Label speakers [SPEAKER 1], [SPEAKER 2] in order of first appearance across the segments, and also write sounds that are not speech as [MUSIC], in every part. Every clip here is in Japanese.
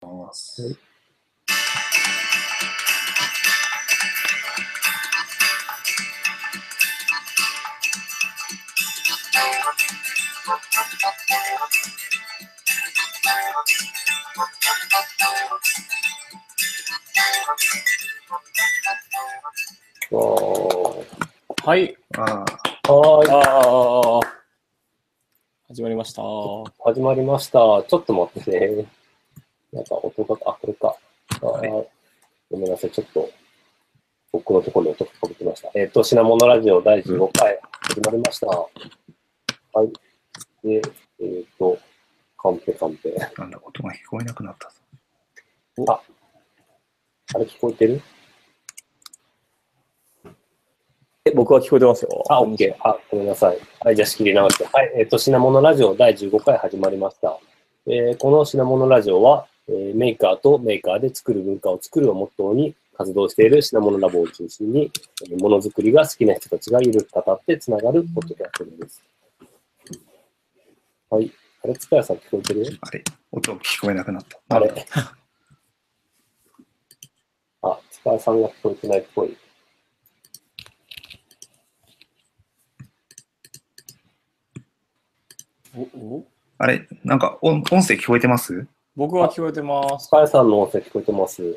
[SPEAKER 1] ます。
[SPEAKER 2] はい。
[SPEAKER 1] あ
[SPEAKER 3] はーい。
[SPEAKER 2] ああ、始まりました。
[SPEAKER 3] 始まりました。ちょっと待ってね。なんか音が、あ、これか。あ
[SPEAKER 1] はい
[SPEAKER 3] ーごめんなさい。ちょっと、僕のところに音がかぶってました。えっ、と、品物ラジオ第15回、始まりました。はい。で、えっ、と、カンペカンペ。
[SPEAKER 1] なんだ、音が聞こえなくなったぞ。
[SPEAKER 3] あれ聞こえてる
[SPEAKER 2] え、僕は聞こえてますよ。
[SPEAKER 3] あ、オッケー。あ、ごめんなさい。はい、じゃあ仕切り直して。はい、えっ、と、品物ラジオ第15回始まりました。えーこの品物ラジオは、えーメーカーとメーカーで作る文化を作るをモットーに活動している品物ラボを中心に、えーものづくりが好きな人たちがゆるく語ってつながるポッドキャストです。はい。あれ、塚谷さん聞こえてる
[SPEAKER 1] あれ、音が聞こえなくなった。
[SPEAKER 3] あれ。あ、塚谷さんが聞こえてないっぽい。
[SPEAKER 2] おお
[SPEAKER 1] あれ、なんか音音声聞こえてます
[SPEAKER 2] 僕は聞こえてます。
[SPEAKER 3] 塚谷さんの音声聞こえてます。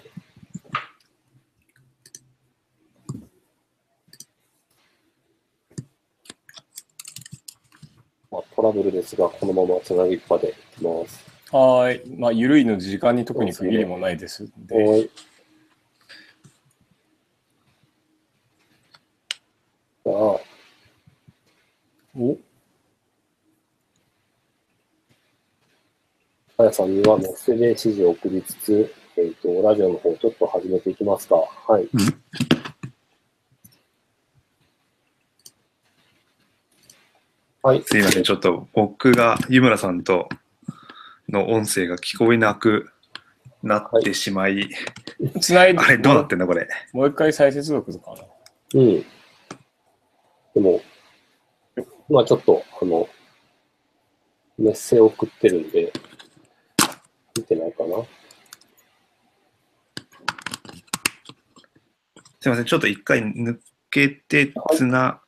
[SPEAKER 3] まあ、トラブルですが、このままつなぎっぱでいきます。
[SPEAKER 2] はーい。まあ、ゆるいの時間に特に限りもないですん
[SPEAKER 3] え
[SPEAKER 2] で。
[SPEAKER 3] ーじゃあ、
[SPEAKER 2] お
[SPEAKER 3] あやさんにはメッセージ指示を送りつつ、えっ、と、ラジオの方ちょっと始めていきますか。はい。はい。
[SPEAKER 1] すいません、ちょっと僕が湯村さんとの音声が聞こえなくなってしまい、
[SPEAKER 2] つないで、
[SPEAKER 1] あれ、どうなってんだ、これ。
[SPEAKER 2] もう一回再接続かな。
[SPEAKER 3] うん。でも、今ちょっと、あの、メッセを送ってるんで、見てないかな。
[SPEAKER 1] すいません、ちょっと一回抜けてつな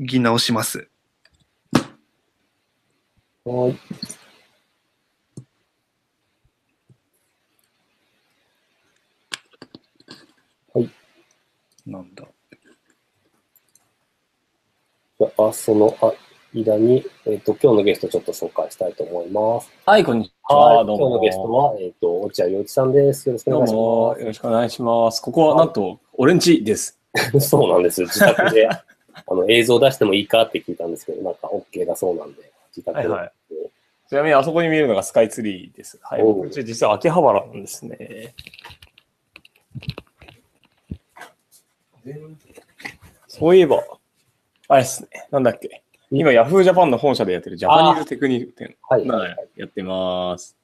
[SPEAKER 1] ぎ直します。
[SPEAKER 3] はい。
[SPEAKER 1] なんだ。
[SPEAKER 3] じゃあ、その間に、えっ、と、今日のゲストちょっと紹介したいと思います。
[SPEAKER 2] はい、こんにち
[SPEAKER 3] はい。
[SPEAKER 2] は。
[SPEAKER 3] 今
[SPEAKER 2] どう
[SPEAKER 3] 日の
[SPEAKER 2] も。
[SPEAKER 3] ゲストは、えっ、と、落合陽一さんです。よろしくお
[SPEAKER 2] どう
[SPEAKER 3] 願い
[SPEAKER 2] も。
[SPEAKER 3] し
[SPEAKER 2] よろしくお願いします。ここはなんと、オレンジです。
[SPEAKER 3] ます。そうなんです。自宅
[SPEAKER 2] [LAUGHS]
[SPEAKER 3] で、あの、映像出してもいいかって聞いたんですけど、なんか OK だそうなんで、自宅で。
[SPEAKER 2] い。ちなみに、あそこに見えるのがスカイツリーです。はい。
[SPEAKER 3] おう
[SPEAKER 2] 僕ち実は秋葉原なんですね。そういえば、あれですね。なんだっけ。今、ヤフージャパンの本社でやってるジャパニーズテクニック展。
[SPEAKER 3] はい。
[SPEAKER 2] まあやってます。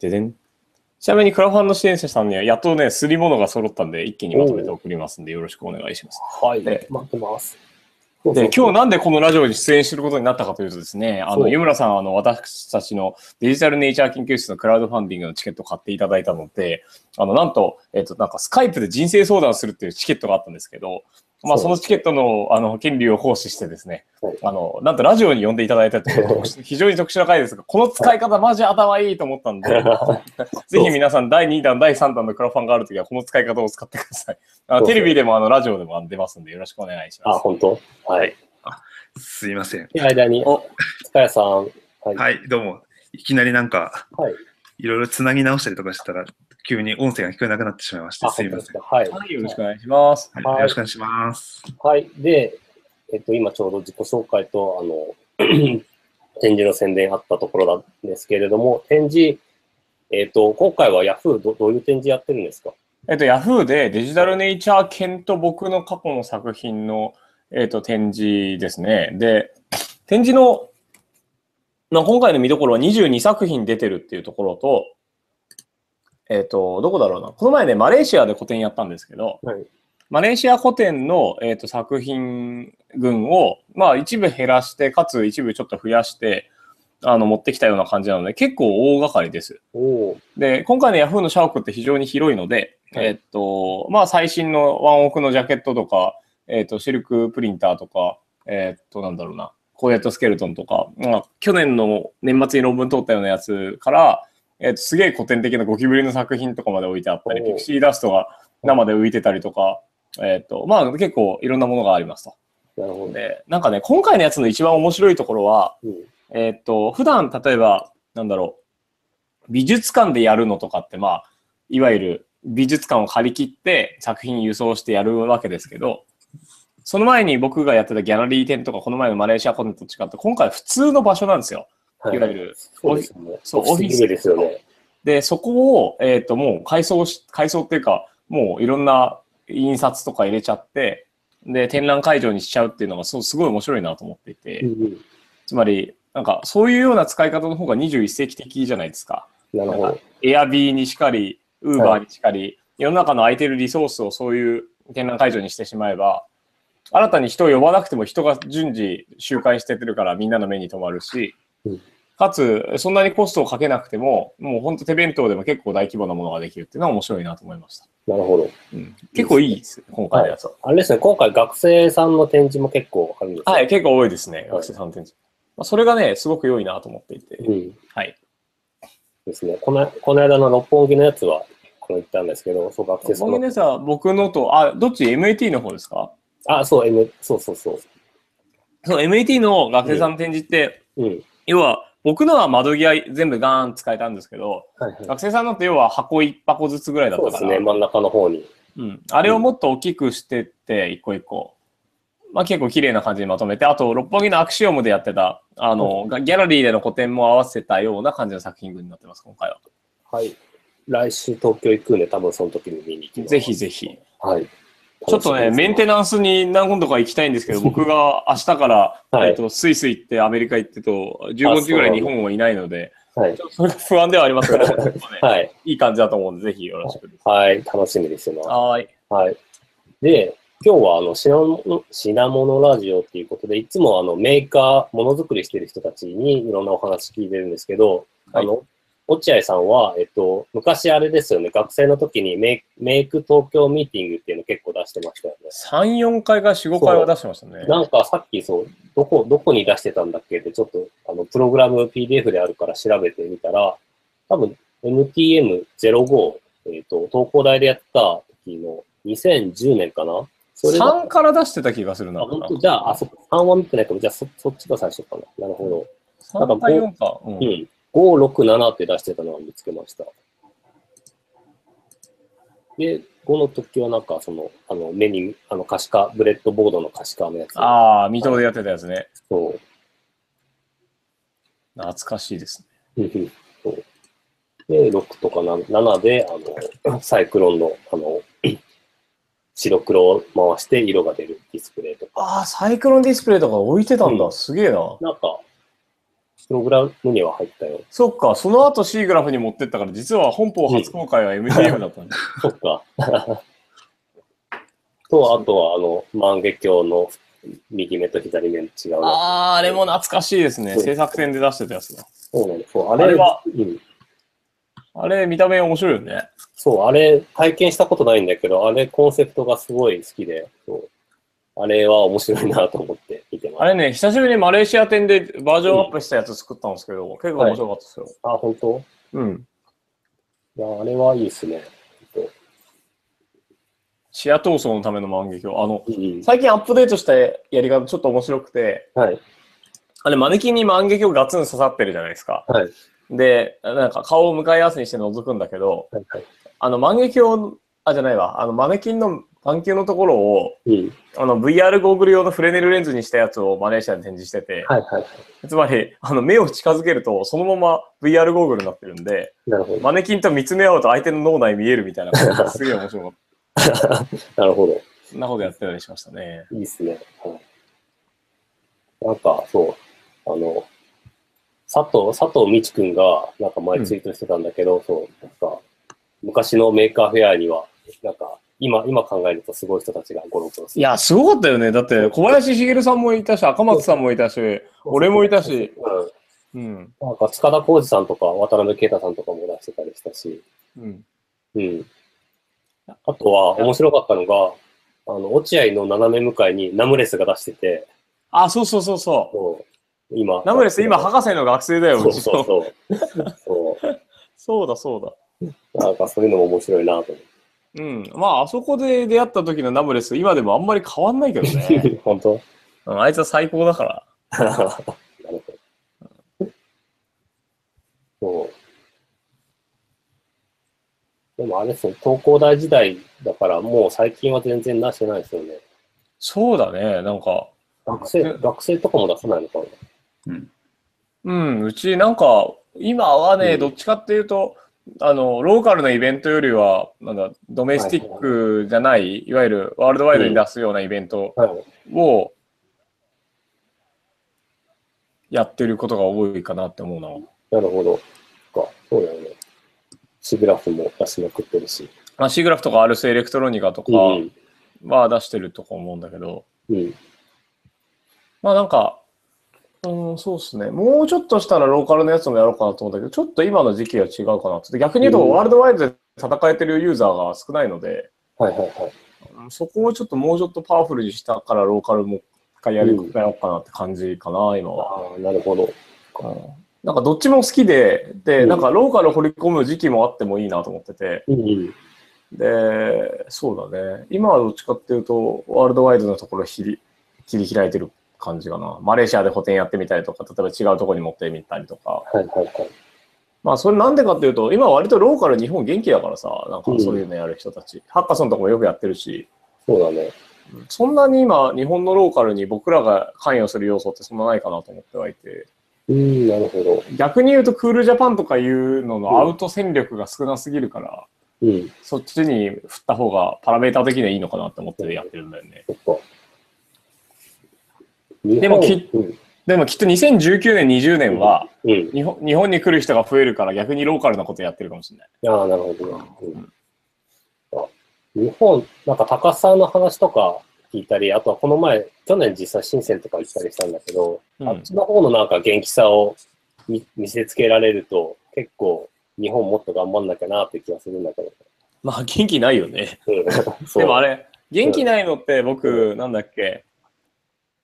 [SPEAKER 2] ででん。ちなみに、クラファンの支援者さんには、やっとね、すり物が揃ったんで、一気にまとめて送りますんで、よろしくお願いします。
[SPEAKER 3] はい。
[SPEAKER 2] で
[SPEAKER 3] 待ってます。
[SPEAKER 2] で、今日なんでこのラジオに出演することになったかというとですね、あ
[SPEAKER 3] そ
[SPEAKER 2] の、
[SPEAKER 3] う
[SPEAKER 2] 湯村さんは、あの、私たちのデジタルネイチャー研究室のクラウドファンディングのチケットを買っていただいたので、あの、なんと、えっと、なんかスカイプで人生相談をするっていうチケットがあったんですけど、まあ、
[SPEAKER 3] そ
[SPEAKER 2] そうのチケットの、あの、権利を行使してですね
[SPEAKER 3] はい、
[SPEAKER 2] あの、なんとラジオに呼んでいただいたという、
[SPEAKER 3] [LAUGHS]
[SPEAKER 2] 非常に特殊な回ですが、この使い方マジ頭いいと思ったんで、
[SPEAKER 3] [LAUGHS]
[SPEAKER 2] ぜひ皆さん、第2弾、第3弾のクラファンがあるときは、この使い方を使ってください。あ
[SPEAKER 3] そう
[SPEAKER 2] の
[SPEAKER 3] そう
[SPEAKER 2] テレビでも、あの、ラジオでもあの出ますんで、よろしくお願いし
[SPEAKER 3] あ、
[SPEAKER 2] ます。
[SPEAKER 3] 本当はい。
[SPEAKER 1] すいません。
[SPEAKER 3] で、間に、
[SPEAKER 2] お
[SPEAKER 3] 塚谷さん。はい。はい。
[SPEAKER 1] はい、どうも。いきなりなんか、いろいろつなぎ直したりとかしてたら、急に音声が聞こえなくなってしまいまして、
[SPEAKER 3] あ、
[SPEAKER 1] すい
[SPEAKER 3] 本当
[SPEAKER 1] ま
[SPEAKER 3] で
[SPEAKER 1] せ
[SPEAKER 3] す
[SPEAKER 1] ん。
[SPEAKER 3] か。はい。
[SPEAKER 2] はい、よろしくお願いします。
[SPEAKER 1] はい、
[SPEAKER 3] はい
[SPEAKER 1] よろしくお願いします。
[SPEAKER 3] はい。で、えっと、今ちょうど自己紹介と、あの、 [CLEARS THROAT] 展示の宣伝あったところなんですけれども、展示、えっと、今回は Yahoo どどういう展示やってるんですか
[SPEAKER 2] えっと、Yahoo でデジタルネイチャー犬と僕の過去の作品の、えっと、展示ですね。で、展示の、まあ、今回の見どころは22作品出てるっていうところと、えっと、どこだろうな。この前ね、マレーシアで個展やったんですけど、
[SPEAKER 3] はい。
[SPEAKER 2] マレーシア古典の、えー、と作品群を、まあ、一部減らして、かつ一部ちょっと増やして、あの持ってきたような感じなので、結構大掛かりです。
[SPEAKER 3] おー
[SPEAKER 2] で、今回の Yahoo の社屋って非常に広いので、
[SPEAKER 3] はい
[SPEAKER 2] えっと、まあ最新のワンオクのジャケットとか、えっと、シルクプリンターとか、えっと、なんだろうな、コーデットスケルトンとか、まあ、去年の年末に論文通ったようなやつから、えっと、すげえ古典的なゴキブリの作品とかまで置いてあったり、
[SPEAKER 3] おー
[SPEAKER 2] ピクシーダストが生で浮いてたりとか、えっと、まあ結構いろんなものがありますと。
[SPEAKER 3] なるほどね。
[SPEAKER 2] で、なんかね、今回のやつの一番面白いところは、
[SPEAKER 3] うん。
[SPEAKER 2] えーっと、普段例えば、なんだろう、美術館でやるのとかって、まあ、いわゆる美術館を借り切って作品輸送してやるわけですけど、その前に僕がやってたギャラリー展とか、この前のマレーシアコンテンツと違って、今回普通の場所なんですよ。
[SPEAKER 3] はい
[SPEAKER 2] わゆる
[SPEAKER 3] そうですよね。
[SPEAKER 2] そう
[SPEAKER 3] オフィスですよ
[SPEAKER 2] オフィ
[SPEAKER 3] ね。
[SPEAKER 2] で、そこを、えーっと、もう改装し、改装っていうか、もういろんな印刷とか入れちゃって、で、展覧会場にしちゃうっていうのが、そう、すごい面白いなと思っていて、
[SPEAKER 3] うんうん。
[SPEAKER 2] つまり、なんか、そういうような使い方の方が21世紀的じゃないですか。
[SPEAKER 3] なるほど。
[SPEAKER 2] エアビーにしかり、ウーバーにしかり、世の中の空いてるリソースをそういう展覧会場にしてしまえば、新たに人を呼ばなくても人が順次周回してってるからみんなの目に留まるし
[SPEAKER 3] うん、
[SPEAKER 2] かつ、そんなにコストをかけなくても、もう本当手弁当でも結構大規模なものができるっていうのは面白いなと思いました。
[SPEAKER 3] なるほど。
[SPEAKER 2] 結構いいです、今回のやつは。
[SPEAKER 3] あれですね、今回学生さんの展示も結構あるんですよ
[SPEAKER 2] はい、結構多いですね、学生さんの展示。まあ、それがね、すごく良いなと思っていて。
[SPEAKER 3] うん。
[SPEAKER 2] はい。
[SPEAKER 3] ですね。この、この間の六本木のやつは、この行ったんですけど、そう、学生さん
[SPEAKER 2] 本
[SPEAKER 3] の
[SPEAKER 2] 気でさ、僕のと、あ、どっち ?MAT の方ですか
[SPEAKER 3] あ、そう、M、そうそうそ
[SPEAKER 2] そう、MAT の学生さんの展示って、
[SPEAKER 3] う。うん。
[SPEAKER 2] 要は、僕のは窓際全部ガーン使えたんですけど、
[SPEAKER 3] はいはい。
[SPEAKER 2] 学生さんのって要は箱一箱ずつぐらいだっ
[SPEAKER 3] そう
[SPEAKER 2] たか
[SPEAKER 3] です
[SPEAKER 2] ら、
[SPEAKER 3] ね、真ん中の方に。
[SPEAKER 2] うん、あれをもっと大きくしてって、一個一個。まあ結構綺麗な感じにまとめて、あと、六本木のアクシオムでやってた、あの、がギャラリーでの個展も合わせたような感じの作品群になってます、今回は。
[SPEAKER 3] はい。来週東京行くんで、多分その時に見に行きます。
[SPEAKER 2] ぜひぜひ。
[SPEAKER 3] はい。
[SPEAKER 2] ちょっとね、メンテ
[SPEAKER 3] ナ
[SPEAKER 2] ナンスに何度か行きたいんですけど、僕が明日から、
[SPEAKER 3] はい
[SPEAKER 2] えっと、スイス行って、アメリカ行ってと、15日ぐらい日本はいないので、
[SPEAKER 3] はい
[SPEAKER 2] ち。ょっとそれが不安ではありますけ
[SPEAKER 3] [LAUGHS]
[SPEAKER 2] ど、ちょっとね
[SPEAKER 3] はい。
[SPEAKER 2] いい感じだと思うんで、ぜひよろしくです。
[SPEAKER 3] はい。楽しみですよな。
[SPEAKER 2] はーい。
[SPEAKER 3] はい。で、今日はあの品物、品物ラジオっていうことで、いつもあのメーカー、ものづくりしてる人たちにいろんなお話聞いてるんですけど、
[SPEAKER 2] はい
[SPEAKER 3] あの、落合さんは、えっと、昔あれですよね、学生の時にメイメイク東京ミーティングっていうの結構出してましたよね。
[SPEAKER 2] 3、4回が4、5回は出してましたね。
[SPEAKER 3] なんかさっきそう、どこ、どこに出してたんだっけって、ちょっと、あの、プログラム PDF であるから調べてみたら、多分 MTM05、えっ、と、東工大でやった時の2010年かなそれが、
[SPEAKER 2] 3から出してた気がするな。
[SPEAKER 3] あ、本当じゃあ、あ、そっか、3は見てないかも、じゃあそ、そっちが最初かな。なるほど。なんか
[SPEAKER 2] 3か4か。うん
[SPEAKER 3] うん。567って出してたのを見つけました。で、5の時はなんか、その、あの、目に、あの、可視化、ブレッドボードの可視化のやつ。
[SPEAKER 2] ああ、水戸でやってたやつね。
[SPEAKER 3] そう。
[SPEAKER 2] 懐かしいですね。
[SPEAKER 3] うんうんそうで、6とか7 7で、あの、サイクロンの、あの、 [CLEARS THROAT] 白黒を回して色が出るディスプレイとか。
[SPEAKER 2] ああ、サイクロンディスプレイとか置いてたん
[SPEAKER 3] う
[SPEAKER 2] だ。すげえな。
[SPEAKER 3] なんか、プログラムには入ったよ。
[SPEAKER 2] そっか、その後 C グラフに持ってったから、実は本邦初公開は MTM だった [LAUGHS] んだ。
[SPEAKER 3] そっか。 [LAUGHS] と、あとは、あの、万華鏡の右目と左目の違うやつ
[SPEAKER 2] ああ、あれも懐かしいですね。
[SPEAKER 3] そう
[SPEAKER 2] 制作展で出してたやつだ。
[SPEAKER 3] そうなんです。そうあ
[SPEAKER 2] あ
[SPEAKER 3] れ
[SPEAKER 2] れは
[SPEAKER 3] うん。
[SPEAKER 2] あれ、見た目面白いよね。
[SPEAKER 3] そう、あれ、体験したことないんだけど、あれ、コンセプトがすごい好きで、そう。あれは面白いなと思って見てます
[SPEAKER 2] あ。れね、久しぶりにマレーシア展でバージョンアップしたやつ作ったんですけど、結構面白かったですよ。
[SPEAKER 3] あ、本当
[SPEAKER 2] うん。
[SPEAKER 3] いや、あれはいいですね。
[SPEAKER 2] シア闘争のための万華鏡。あの、
[SPEAKER 3] うん
[SPEAKER 2] 最近アップデートしたやり方ちょっと面白くて、
[SPEAKER 3] はい。
[SPEAKER 2] あれ、マネキンに万華鏡ガツン刺さってるじゃないですか。
[SPEAKER 3] はい。
[SPEAKER 2] で、なんか顔を向かい合わせにして覗くんだけど、
[SPEAKER 3] はい。はい。
[SPEAKER 2] あの万華鏡、あ、じゃないわ、あのマネキンの眼球のところを、
[SPEAKER 3] うん。
[SPEAKER 2] あの VR ゴーグル用のフレネルレンズにしたやつをマレーシアに展示してて、
[SPEAKER 3] はい。はい。
[SPEAKER 2] つまり、あの目を近づけるとそのまま VR ゴーグルになってるんで、
[SPEAKER 3] なるほど。
[SPEAKER 2] マネキンと見つめ合うと相手の脳内見えるみたいな感じですげえ面白かっ
[SPEAKER 3] なるほど。
[SPEAKER 2] た。そんなことやってたりしましたね。
[SPEAKER 3] いいですね。はい。なんか、そう、あの、佐藤、佐藤美智くんが、なんか前ツイートしてたんだけど、そう、なんか、昔のメーカーフェアには、なんか、今、今考えるとすごい人たちがゴロゴロす
[SPEAKER 2] い
[SPEAKER 3] る。
[SPEAKER 2] や、すごかったよね。だって、小林茂さんもいたし、赤松さんもいたし、俺もいたし、
[SPEAKER 3] うん。
[SPEAKER 2] うん。
[SPEAKER 3] なんか塚田浩二さんとか渡辺啓太さんとかも出してたりしたし、
[SPEAKER 2] うん。
[SPEAKER 3] うん。あとは面白かったのが、あの、落合の斜め向かいにナムレスが出してて、
[SPEAKER 2] あ、そうそうそうそう。
[SPEAKER 3] そう今。
[SPEAKER 2] ナムレス、今、博士の学生だよ、
[SPEAKER 3] そう
[SPEAKER 2] ちの
[SPEAKER 3] そうそう。 [LAUGHS] そう。
[SPEAKER 2] そうだ、そうだ。
[SPEAKER 3] なんかそういうのも面白いなと思って。
[SPEAKER 2] うん。まあ、あそこで出会った時のナムレス、今でもあんまり変わんないけどね。
[SPEAKER 3] 本 [LAUGHS] 当
[SPEAKER 2] [LAUGHS] うん、あいつは最高だから。
[SPEAKER 3] なるほど。そう。でもあれですね、東工大時代だから、もう最近は全然出してないですよね。
[SPEAKER 2] そうだね、なんか。
[SPEAKER 3] 学生、
[SPEAKER 2] うん
[SPEAKER 3] 学生とかも出さないのかな。
[SPEAKER 2] うん、うちなんか、今はね、
[SPEAKER 3] うん
[SPEAKER 2] どっちかっていうと、あの、ローカルのイベントよりは、なんだ、ドメスティックじゃない、いわゆるワールドワイドに出すようなイベント
[SPEAKER 3] はい。
[SPEAKER 2] を、やってることが多いかなって思うな。
[SPEAKER 3] なるほど。そっか、そうだよね。シグラフも出しまくってるし。
[SPEAKER 2] まあ、シーグラフとかアルスエレクトロニカとか
[SPEAKER 3] うん。
[SPEAKER 2] は出してるとか思うんだけど、
[SPEAKER 3] うん。
[SPEAKER 2] まあなんか、うん、そうですね。もうちょっとしたらローカルのやつもやろうかなと思ったけど、ちょっと今の時期は違うかなって。逆に言う
[SPEAKER 3] う
[SPEAKER 2] と、
[SPEAKER 3] ん
[SPEAKER 2] ワールドワイドで戦えてるユーザーが少ないので、
[SPEAKER 3] はいはいはい。
[SPEAKER 2] うんそこをちょっともうちょっとパワフルにしたからローカルも一回やる
[SPEAKER 3] うん
[SPEAKER 2] やろうかなって感じかな、今は。
[SPEAKER 3] ああ、なるほど。
[SPEAKER 2] うんなんかどっちも好きで、
[SPEAKER 3] う
[SPEAKER 2] で、
[SPEAKER 3] ん
[SPEAKER 2] なんかローカルを掘り込む時期もあってもいいなと思ってて、
[SPEAKER 3] うんうん。
[SPEAKER 2] で、そうだね。今はどっちかっていうと、ワールドワイドのところ切り、切り開いてる感じかな。マレーシアで補填やってみたりとか、例えば違うところに持ってみたりとか。
[SPEAKER 3] はいはいはい。
[SPEAKER 2] まあ、それなんでかっていうと、今割とローカル日本元気だからさ、なんかそういうのやる人たち。ハッカソンとかもよくやってるし、
[SPEAKER 3] そうだね。
[SPEAKER 2] そんなに今、日本のローカルに僕らが関与する要素ってそんなないかなと思ってはいて、
[SPEAKER 3] うん、なるほど。
[SPEAKER 2] 逆に言うとクールジャパンとかいうののアウト戦力が少なすぎるから、
[SPEAKER 3] うん。
[SPEAKER 2] そっちに振った方がパラメーター的にはいいのかなって思ってやってるんだよね。
[SPEAKER 3] そっか。で
[SPEAKER 2] でもき
[SPEAKER 3] うん。
[SPEAKER 2] でもきっと2019年、20年は
[SPEAKER 3] うん。
[SPEAKER 2] 日本日本に来る人が増えるから逆にローカルなことやってるかもしれない。
[SPEAKER 3] ああ、なるほどね、うんあ日本、なんか高須さんの話とか聞いたり、あとはこの前、去年実際深センとか行ったりしたんだけど、
[SPEAKER 2] うん
[SPEAKER 3] あっちの方のなんか元気さを見見せつけられると、結構日本もっと頑張んなきゃなって気がするんだけど。
[SPEAKER 2] まあ元気ないよね。
[SPEAKER 3] うん、そう
[SPEAKER 2] [LAUGHS] でもあれ、元気ないのって僕、なんだっけ、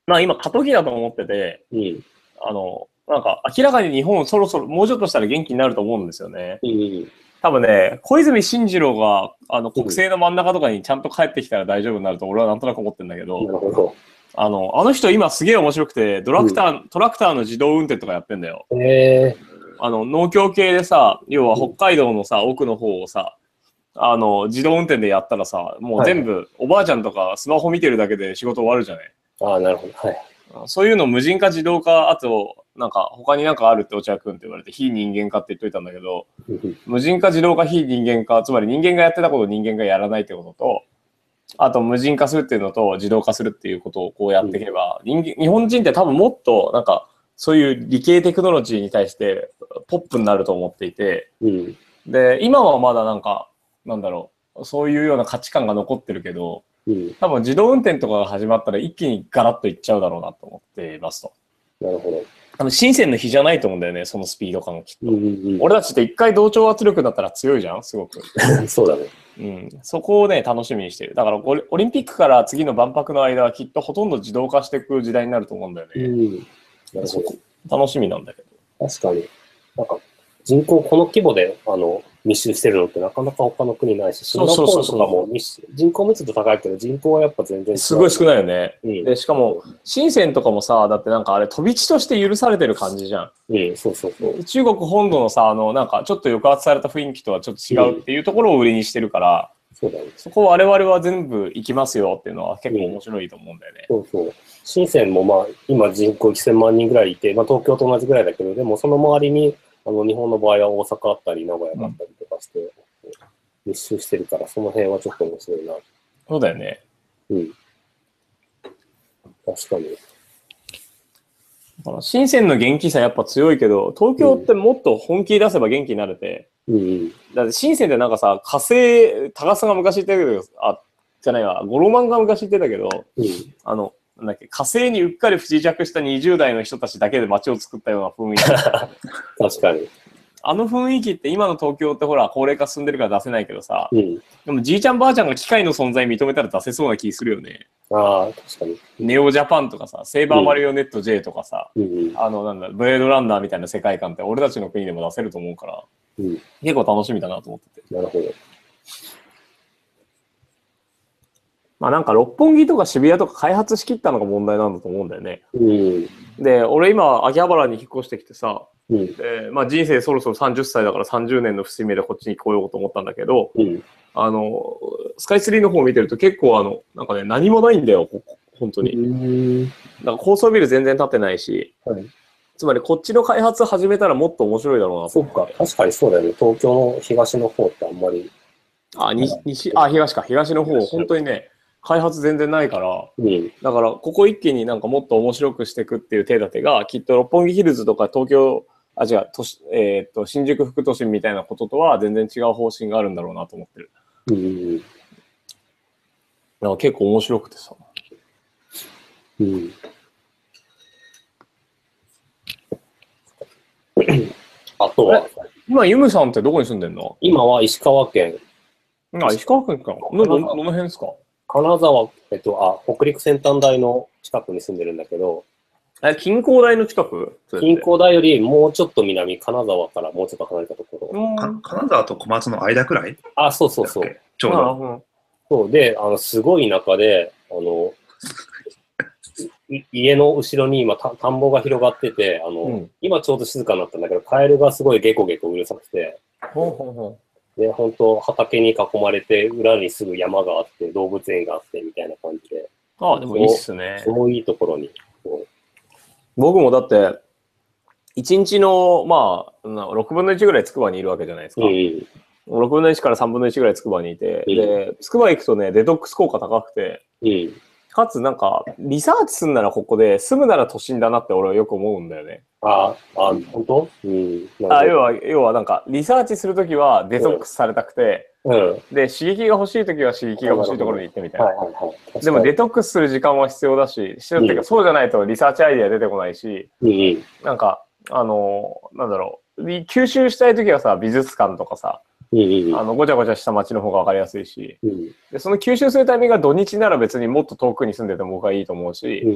[SPEAKER 2] まあ今過渡期だと思ってて、
[SPEAKER 3] うん。
[SPEAKER 2] あの、なんか明らかに日本そろそろもうちょっとしたら元気になると思うんですよね。
[SPEAKER 3] うん。
[SPEAKER 2] 多分ね、小泉進次郎があの国政の真ん中とかにちゃんと帰ってきたら大丈夫になると俺はなんとなく思ってんだけ
[SPEAKER 3] な
[SPEAKER 2] ど、
[SPEAKER 3] るほ
[SPEAKER 2] あの、あの人今すげえ面白くて、ドラクター、トラクターの自動運転とかやってんだよ。
[SPEAKER 3] ど。え
[SPEAKER 2] あの、農協系でさ、要は北海道のさ、奥の方をさ、あの、自動運転でやったらさ、もう全部、おばあちゃんとかスマホ見てるだけで仕事終わるじゃない。
[SPEAKER 3] ー、ああ、なるほど。はい。
[SPEAKER 2] そういうの無人化自動化、あと、なんか、他になんかあるって落合くんって言われて、非人間化って言っといたんだけど、
[SPEAKER 3] うん
[SPEAKER 2] 無人化自動化、非人間化、つまり人間がやってたことを人間がやらないってことと、あと無人化するっていうのと自動化するっていうことをこうやっていけば、人間日本人って多分もっとなんかそういう理系テクノロジーに対してポップになると思っていて、
[SPEAKER 3] うん。
[SPEAKER 2] で、今はまだなんか、なんだろう、そういうような価値観が残ってるけど、
[SPEAKER 3] うん。
[SPEAKER 2] 多分自動運転とかが始まったら一気にガラッといっちゃうだろうなと思ってますと。
[SPEAKER 3] なるほど。
[SPEAKER 2] 多分深センの比じゃないと思うんだよね、そのスピード感をきっと。
[SPEAKER 3] うんうん
[SPEAKER 2] 俺たちって一回同調圧力になったら強いじゃん、すごく。
[SPEAKER 3] うん。そうだね。
[SPEAKER 2] うん、そこをね、楽しみにしてる。だからオリ、オリンピックから次の万博の間はきっとほとんど自動化していく時代になると思うんだよ
[SPEAKER 3] う
[SPEAKER 2] ね。
[SPEAKER 3] ん。なる
[SPEAKER 2] そ
[SPEAKER 3] ほど。
[SPEAKER 2] こ楽しみなんだけど。
[SPEAKER 3] 確かに。なんか、人口この規模で、あの、密集してるのってなかなか他の国ないし、シ
[SPEAKER 2] そ
[SPEAKER 3] ン
[SPEAKER 2] う
[SPEAKER 3] ガポ
[SPEAKER 2] そう
[SPEAKER 3] ー
[SPEAKER 2] そ
[SPEAKER 3] ル
[SPEAKER 2] うそ
[SPEAKER 3] と
[SPEAKER 2] う
[SPEAKER 3] かも密集、人口密度高いけど、人口はやっぱ全然違う。
[SPEAKER 2] すごい少ないよね。
[SPEAKER 3] うん。
[SPEAKER 2] で、しかも、深センとかもさ、だってなんかあれ、飛び地として許されてる感じじゃ
[SPEAKER 3] うん、そうそうそう。
[SPEAKER 2] ん。中国本土のさ、あの、なんかちょっと抑圧された雰囲気とはちょっと違うっていうところを売りにしてるから、
[SPEAKER 3] そうだね。
[SPEAKER 2] そこを我々は全部行きますよっていうのは結構面白いと思うんだよね。
[SPEAKER 3] そうそう。深センもまあ、今人口1000万人ぐらいいて、まあ東京と同じぐらいだけど、でもその周りに、あの、日本の場合は大阪あったり、名古屋だったりとかして、密集してるから、その辺はちょっと面白いな。
[SPEAKER 2] そうだよね。
[SPEAKER 3] うん。確かに。
[SPEAKER 2] この深センの元気さやっぱ強いけど、東京ってもっと本気出せば元気になれて、
[SPEAKER 3] うんうん。
[SPEAKER 2] だって深センってなんかさ、火星、高須が昔言ってたけど、あ、じゃないわ、五郎マンが昔言ってたけど、
[SPEAKER 3] うん。
[SPEAKER 2] あの、なんだっけ、火星にうっかり不時着した20代の人たちだけで街を作ったような雰囲気。
[SPEAKER 3] 確かに。
[SPEAKER 2] あの雰囲気って今の東京ってほら、高齢化進んでるから出せないけどさ、
[SPEAKER 3] うん。
[SPEAKER 2] でもじいちゃんばあちゃんが機械の存在認めたら出せそうな気するよね。
[SPEAKER 3] ああ、確かに。
[SPEAKER 2] ネオジャパンとかさ、セイバーマリオネット J とかさ、
[SPEAKER 3] うん
[SPEAKER 2] あの、なんだ、ブレードランナーみたいな世界観って俺たちの国でも出せると思うから、
[SPEAKER 3] うん。うん。
[SPEAKER 2] 結構楽しみだなと思ってて。
[SPEAKER 3] なるほど。
[SPEAKER 2] まあなんか六本木とか渋谷とか開発しきったのが問題なんだと思うんだよね。
[SPEAKER 3] うん。
[SPEAKER 2] で、俺今、秋葉原に引っ越してきてさ、
[SPEAKER 3] うん。
[SPEAKER 2] でまあ人生そろそろ30歳だから30年の節目でこっちに来ようと思ったんだけど、
[SPEAKER 3] うん。
[SPEAKER 2] あの、スカイツリーの方を見てると結構あの、なんかね、何もないんだよ、ここ本当に。
[SPEAKER 3] うん。
[SPEAKER 2] なんか高層ビル全然建ってないし、
[SPEAKER 3] はい
[SPEAKER 2] つまりこっちの開発始めたらもっと面白いだろうなと
[SPEAKER 3] そっか、確かにそうだよね。東京の東の方ってあんまり。
[SPEAKER 2] あ、に
[SPEAKER 3] はい
[SPEAKER 2] 西、あ、東か。東の方、
[SPEAKER 3] 東
[SPEAKER 2] 本当にね、開発全然ないから、
[SPEAKER 3] うん。
[SPEAKER 2] だから、ここ一気になんかもっと面白くしていくっていう手立てが、きっと六本木ヒルズとか東京、あ、違う、都市えーっと、新宿副都心みたいなこととは全然違う方針があるんだろうなと思ってる。
[SPEAKER 3] うん。
[SPEAKER 2] なんか結構面白くてさ。
[SPEAKER 3] うん。あとは、
[SPEAKER 2] 今、ユムさんってどこに住んでんの
[SPEAKER 3] 今は石川県、
[SPEAKER 2] あ、石川県か。ど、ど、どの辺ですか
[SPEAKER 3] 金沢、えっと、あ、北陸先端台の近くに住んでるんだけど、
[SPEAKER 2] え、近郊大の近く
[SPEAKER 3] 近。郊台よりもうちょっと南、金沢からもうちょっと離れたところ。
[SPEAKER 2] うん。
[SPEAKER 1] か
[SPEAKER 2] あ
[SPEAKER 1] 金沢と小松の間くらい
[SPEAKER 3] あ、そうそうそ
[SPEAKER 1] だっ
[SPEAKER 3] う
[SPEAKER 1] け。ちょうど。
[SPEAKER 3] そうで、あの、すごい田舎で、あの、い家の後ろに今田、田んぼが広がってて、あの、
[SPEAKER 2] うん
[SPEAKER 3] 今ちょうど静かになったんだけど、カエルがすごいゲコゲコうるさくて、
[SPEAKER 2] ほうほうほ
[SPEAKER 3] で、本当畑に囲まれて、裏にすぐ山があって、動物園があって、みたいな感じで、
[SPEAKER 2] う。あ、でもいいっすね
[SPEAKER 3] す。ごいいいところに。こ
[SPEAKER 2] 僕もだって、1日の、まあ、な6分の1ぐらいつくばにいるわけじゃないです
[SPEAKER 3] う
[SPEAKER 2] か。
[SPEAKER 3] うん。
[SPEAKER 2] 6分の1から3分の1ぐらいつくばにいて、
[SPEAKER 3] うん
[SPEAKER 2] で、つくば行くとね、デトックス効果高くて、
[SPEAKER 3] うん。
[SPEAKER 2] かつなんか、リサーチすんならここで、住むなら都心だなって俺はよく思うんだよね。
[SPEAKER 3] あ、あ、本当うん。
[SPEAKER 2] あ、
[SPEAKER 3] なる
[SPEAKER 2] 要は、要はなんか、リサーチするときはデトックスされたくて、
[SPEAKER 3] ほどうん。はい
[SPEAKER 2] で、刺激が欲しいときは刺激が欲しいところに行ってみたいな。
[SPEAKER 3] はいはい。
[SPEAKER 2] でもデ
[SPEAKER 3] で、
[SPEAKER 2] トックスする時間は必要だし、必要っていう
[SPEAKER 3] う
[SPEAKER 2] か、
[SPEAKER 3] ん
[SPEAKER 2] そうじゃないとリサーチアイデア出てこないし、
[SPEAKER 3] うんうん。
[SPEAKER 2] なんか、あの、なんだろう、吸収したい時はさ、美術館とかさ、
[SPEAKER 3] うんうん
[SPEAKER 2] あの、ごちゃごちゃした街の方が分かりやすいし、
[SPEAKER 3] うん。うん
[SPEAKER 2] で、その吸収するタイミングが土日なら別にもっと遠くに住んでても僕はいいと思う
[SPEAKER 3] う
[SPEAKER 2] し、
[SPEAKER 3] ん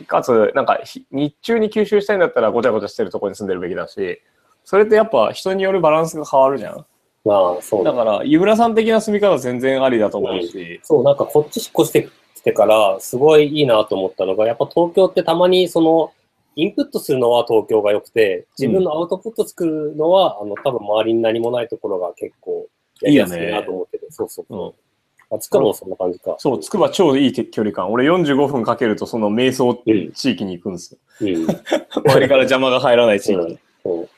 [SPEAKER 3] うん。
[SPEAKER 2] かつ、なんかひ、日中に吸収したいんだったらごちゃごちゃしてるとこに住んでるべきだし、それってやっぱ人によるバランスが変わるじゃん。
[SPEAKER 3] まあ、そうだ
[SPEAKER 2] だから、湯村さん的な住み方全然ありだと思うし、
[SPEAKER 3] そう、なんかこっち引っ越してきてから、すごいいいなと思ったのが、やっぱ東京ってたまにその、インプットするのは東京が良くて、自分のアウトプット作るのは、あの、多分周りに何もないところが結構やりやすいなと思ってて、そうそうそう。あ、つかもそんな感じか。
[SPEAKER 2] そう、つくば超いい距離感。俺45分かけるとその瞑想地域に行くんですよ。
[SPEAKER 3] うん。
[SPEAKER 2] 周りから邪魔が入らない地域に。
[SPEAKER 3] そう。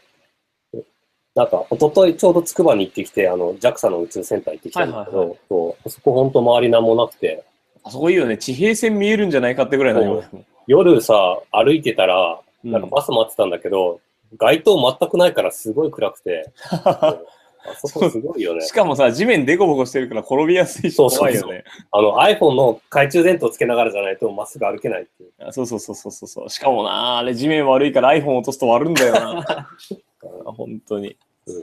[SPEAKER 3] なんか、一昨日ちょうどつくばに行ってきて、あの、JAXA の宇宙センター行ってきたんだけど、
[SPEAKER 2] はいは
[SPEAKER 3] そうそこほんと周り何もなくて、
[SPEAKER 2] あそこいいよね。地平線見えるんじゃないかってぐらいのよ。
[SPEAKER 3] 夜さ、歩いてたら、
[SPEAKER 2] う
[SPEAKER 3] なんかバス待ってたんだけど、街灯全くないからすごい暗くて、あそこすごいよね
[SPEAKER 2] し。かもさ、地面デコボコしてるから転びやすいし
[SPEAKER 3] そうそう
[SPEAKER 2] 怖いよね。
[SPEAKER 3] あの iPhone の懐中電灯つけながらじゃないとまっすぐ歩けないっていう。
[SPEAKER 2] あそうそうそうそうそうそう。しかもな、あれ地面悪いから iPhone 落とすと割るんだよ [LAUGHS] な。あ本当に。
[SPEAKER 3] うん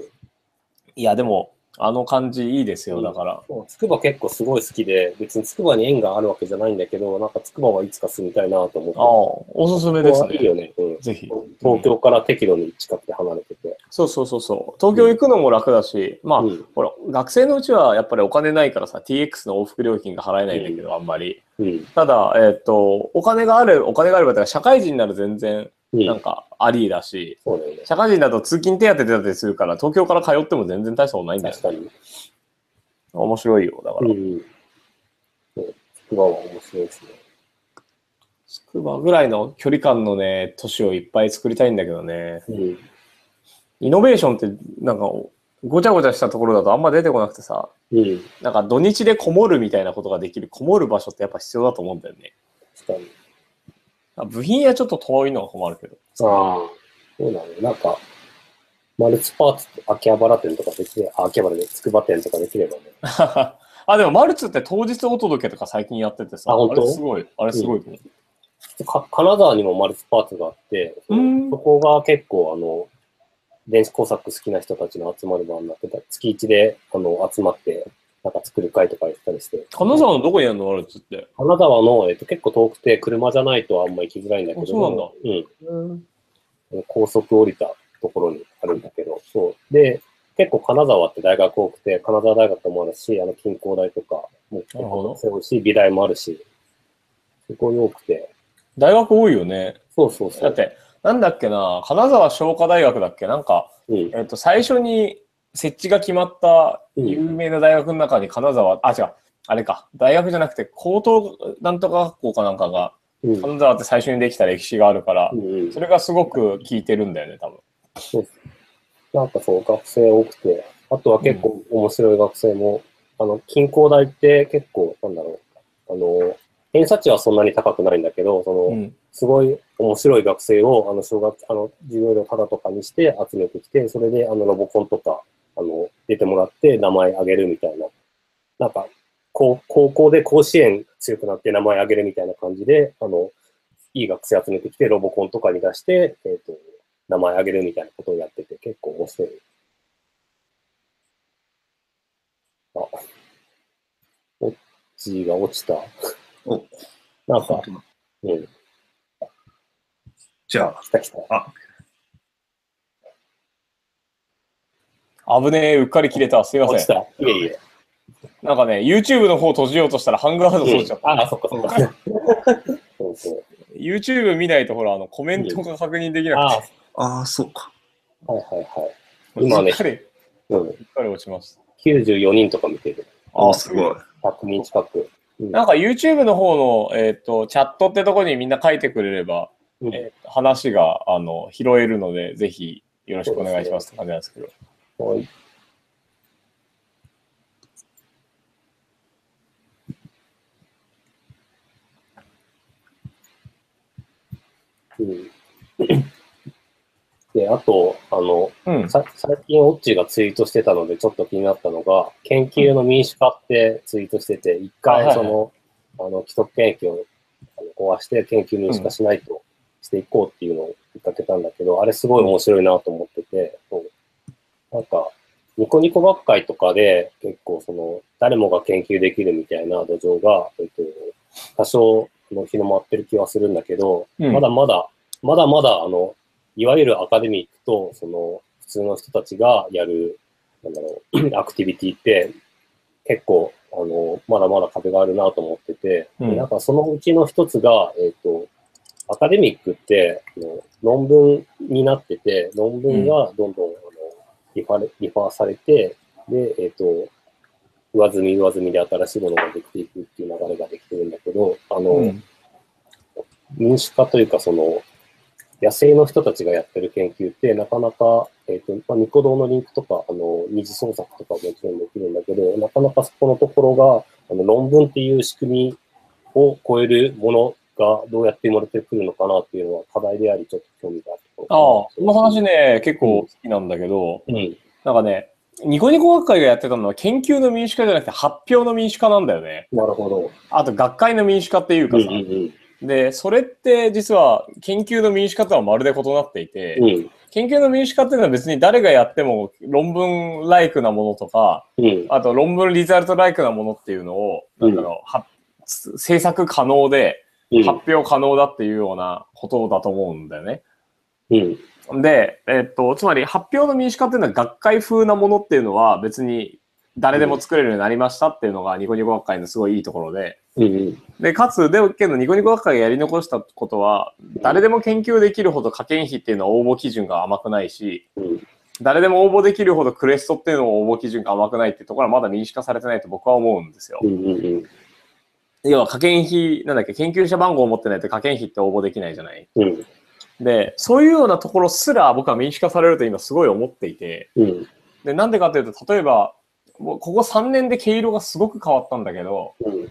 [SPEAKER 2] いや、でも、あの感じいいですよ。だから。
[SPEAKER 3] そうつくば結構すごい好きで、別につくばに縁があるわけじゃないんだけど、なんかつくばはいつか住みたいなと思って。
[SPEAKER 2] ああ、おすすめ
[SPEAKER 3] こ
[SPEAKER 2] で
[SPEAKER 3] こ
[SPEAKER 2] す
[SPEAKER 3] はいいよ
[SPEAKER 2] ね。
[SPEAKER 3] ね、うん
[SPEAKER 2] ぜひ。
[SPEAKER 3] 東京から適度に近くて離れてて。
[SPEAKER 2] そうそうそうそう。東京行くのも楽だし、まあ、
[SPEAKER 3] うん
[SPEAKER 2] ほら、学生のうちはやっぱりお金ないからさ、TX の往復料金が払えないんだけど、あんまり。
[SPEAKER 3] うん。
[SPEAKER 2] ただ、えーっ、と、お金がある、お金があれば、だから社会人なら全然、
[SPEAKER 3] うん
[SPEAKER 2] なんか、ありだし、
[SPEAKER 3] そうだよね。
[SPEAKER 2] 社会人だと通勤手当出たりするから、東京から通っても全然大したことないんだよ
[SPEAKER 3] 確。かに。
[SPEAKER 2] 面白いよ、だか
[SPEAKER 3] う
[SPEAKER 2] ら。
[SPEAKER 3] ん。そうつくばは面白いですね。
[SPEAKER 2] つくばぐらいの距離感のね、都市をいっぱい作りたいんだけどね。
[SPEAKER 3] うん。
[SPEAKER 2] イノベーションって、なんか、ごちゃごちゃしたところだとあんま出てこなくてさ、
[SPEAKER 3] うん。
[SPEAKER 2] なんか土日でこもるみたいなことができる、こもる場所ってやっぱ必要だと思うんだよね。
[SPEAKER 3] 確かに。
[SPEAKER 2] あ部品はちょっと遠いのが困るけど。 [LAUGHS]
[SPEAKER 3] ああ、そうだね。なんか、マルチパーツ、秋葉原店とかできれば、あ秋葉原で、つくば店とかできればね。
[SPEAKER 2] あ、でもマルツって当日お届けとか最近やっててさ、
[SPEAKER 3] あ本当
[SPEAKER 2] れすごい、あれすごいと思う。
[SPEAKER 3] か金沢にもマルツパートがあって、
[SPEAKER 2] うん
[SPEAKER 3] そこが結構、あの、電子工作好きな人たちの集まる場になってた。月一で、あの、集まって、なんか作る会とかやってたりして。
[SPEAKER 2] 金沢のどこにあるのあるっつって。
[SPEAKER 3] 金沢の、えっと、結構遠くて、車じゃないとあんま行きづらいんだけど、
[SPEAKER 2] あそ
[SPEAKER 3] うん。高速降りたところにあるんだけど、そう。で、結構金沢って大学多くて、金沢大学もあるし、あの近郊大とかも結
[SPEAKER 2] なるほ
[SPEAKER 3] 構
[SPEAKER 2] ど
[SPEAKER 3] 学生多いし、美大もあるし、すごい多くて。
[SPEAKER 2] 大学多いよね。
[SPEAKER 3] そうそうそう。
[SPEAKER 2] だって、なんだっけな、金沢商科大学だっけなんか、
[SPEAKER 3] うん。
[SPEAKER 2] えっと、最初に設置が決まった有名な大学の中に金沢、あ、違う、あれか、大学じゃなくて高等なんとか学校かなんかが、
[SPEAKER 3] うん。
[SPEAKER 2] 金沢って最初にできた歴史があるから
[SPEAKER 3] う、んうん
[SPEAKER 2] それがすごく効いてるんだよね、多分。
[SPEAKER 3] なんかそう、学生多くて、あとは結構面白い学生も、あの、近郊大って結構、なんだろう、あの、偏差値はそんなに高くないんだけど、その、
[SPEAKER 2] うん。
[SPEAKER 3] すごい面白い学生を、あの、小学、あの、授業料タダとかにして集めてきて、それで、あの、ロボコンとか、あの、出てもらって名前あげるみたいな。なんか、高高校で甲子園強くなって名前あげるみたいな感じで、あの、いい学生集めてきて、ロボコンとかに出して、えっ、と、名前あげるみたいなことをやってて、結構面白い。あ、オッチーが落ちた。
[SPEAKER 1] お
[SPEAKER 3] なんか、うん、
[SPEAKER 1] じゃあ、
[SPEAKER 3] 来た来た。
[SPEAKER 2] 危ねえ、うっかり切れた。すいま
[SPEAKER 3] 落ち
[SPEAKER 2] せん。
[SPEAKER 3] た。いえいえ。
[SPEAKER 2] なんかね、YouTube の方閉じようとしたらハングアウト閉じちゃった。
[SPEAKER 3] ああ、そっかそっか。そうそう。
[SPEAKER 2] YouTube 見ないとほら、あの、コメントが確認できな
[SPEAKER 3] ああ、
[SPEAKER 1] ああ、そうか。
[SPEAKER 3] はいはいはい。
[SPEAKER 2] くて、
[SPEAKER 3] 今ね
[SPEAKER 2] すっかり、す
[SPEAKER 3] うん。
[SPEAKER 2] っかり落ちました。
[SPEAKER 3] 94人とか見てる。
[SPEAKER 1] ああ、すごい。
[SPEAKER 3] 100人近く。うん
[SPEAKER 2] なんか YouTube の方の、えっとチャットってとこにみんな書いてくれれば、
[SPEAKER 3] うん
[SPEAKER 2] えー話があの拾えるので、ぜひよろしくお願いしますって感じなんですけど。
[SPEAKER 3] はいうん。で、あと、あの、
[SPEAKER 2] うん。
[SPEAKER 3] さ最近、オッチーがツイートしてたので、ちょっと気になったのが、研究の民主化ってツイートしてて、一
[SPEAKER 2] はいは
[SPEAKER 3] 回、
[SPEAKER 2] いは
[SPEAKER 3] そ
[SPEAKER 2] い
[SPEAKER 3] の、あの、既得権益をあの壊して、研究民主化しないとしていこうっていうのを見かけたんだけど、あれすごい面白いなと思ってて、そうなんか、ニコニコ学会とかで、結構、その、誰もが研究できるみたいな土壌が、えっと、多少、あの広まってる気はするんだけど、
[SPEAKER 2] うん
[SPEAKER 3] まだまだ、まだまだ、あの、いわゆるアカデミックと、その、普通の人たちがやる、なんだろう、 [CLEARS THROAT] アクティビティって、結構、あの、まだまだ壁があるなと思ってて、
[SPEAKER 2] うん
[SPEAKER 3] でなんかそのうちの一つが、えっ、と、アカデミックって、あの論文になってて、論文がどんどん、あのリファレリファーされて、で、えっ、と、上積み上積みで新しいものができていくっていう流れができてるんだけど、あの、
[SPEAKER 2] うん
[SPEAKER 3] 民主化というか、その、野生の人たちがやってる研究って、なかなか、えっ、と、まあ、ニコ動のリンクとか、あの、二次創作とかもちろんできるんだけど、なかなかそこのところが、あの、論文っていう仕組みを超えるものがどうやって生まれてくるのかなっていうのは課題であり、ちょっと興味があるとこ
[SPEAKER 2] ああ、
[SPEAKER 3] ろ
[SPEAKER 2] この話ね、結構好きなんだけど、
[SPEAKER 3] うん。
[SPEAKER 2] なんかね、ニコニコ学会がやってたのは研究の民主化じゃなくて発表の民主化なんだよね。
[SPEAKER 3] なるほど。
[SPEAKER 2] あと学会の民主化っていう
[SPEAKER 3] う
[SPEAKER 2] か
[SPEAKER 3] ん
[SPEAKER 2] さ。
[SPEAKER 3] うん
[SPEAKER 2] で、それって実は研究の民主化とはまるで異なっていて、
[SPEAKER 3] うん。うん。
[SPEAKER 2] 研究の民主化っていうのは別に誰がやっても論文ライクなものとか、
[SPEAKER 3] うん。
[SPEAKER 2] あと論文リザルトライクなものっていうのを、
[SPEAKER 3] う
[SPEAKER 2] な
[SPEAKER 3] ん
[SPEAKER 2] んだろう、は制作可能で、
[SPEAKER 3] うん。
[SPEAKER 2] 発表可能だっていうようなことだと思うんだよね。
[SPEAKER 3] うん。
[SPEAKER 2] で、えっと、つまり発表の民主化っていうのは学会風なものっていうのは別に誰でも作れるようになりましたっていうのがニコニコ学会のすごいいいところで、
[SPEAKER 3] うん。
[SPEAKER 2] で、かつ、でも、けど、ニコニコ学会がやり残したことは、誰でも研究できるほど課金費っていうのは応募基準が甘くないし、
[SPEAKER 3] うん。
[SPEAKER 2] 誰でも応募できるほどクレストっていうのも応募基準が甘くないっていうところはまだ民主化されてないと僕は思うんですよ。
[SPEAKER 3] うん。うん。
[SPEAKER 2] 要は課金費、なんだっけ、研究者番号を持ってないと課金費って応募できないじゃない。
[SPEAKER 3] うん。
[SPEAKER 2] で、そういうようなところすら僕は民主化されると今すごい思っていて、
[SPEAKER 3] うん。
[SPEAKER 2] で、なんでかというと、例えば、もうここ3年で毛色がすごく変わったんだけど、
[SPEAKER 3] うん。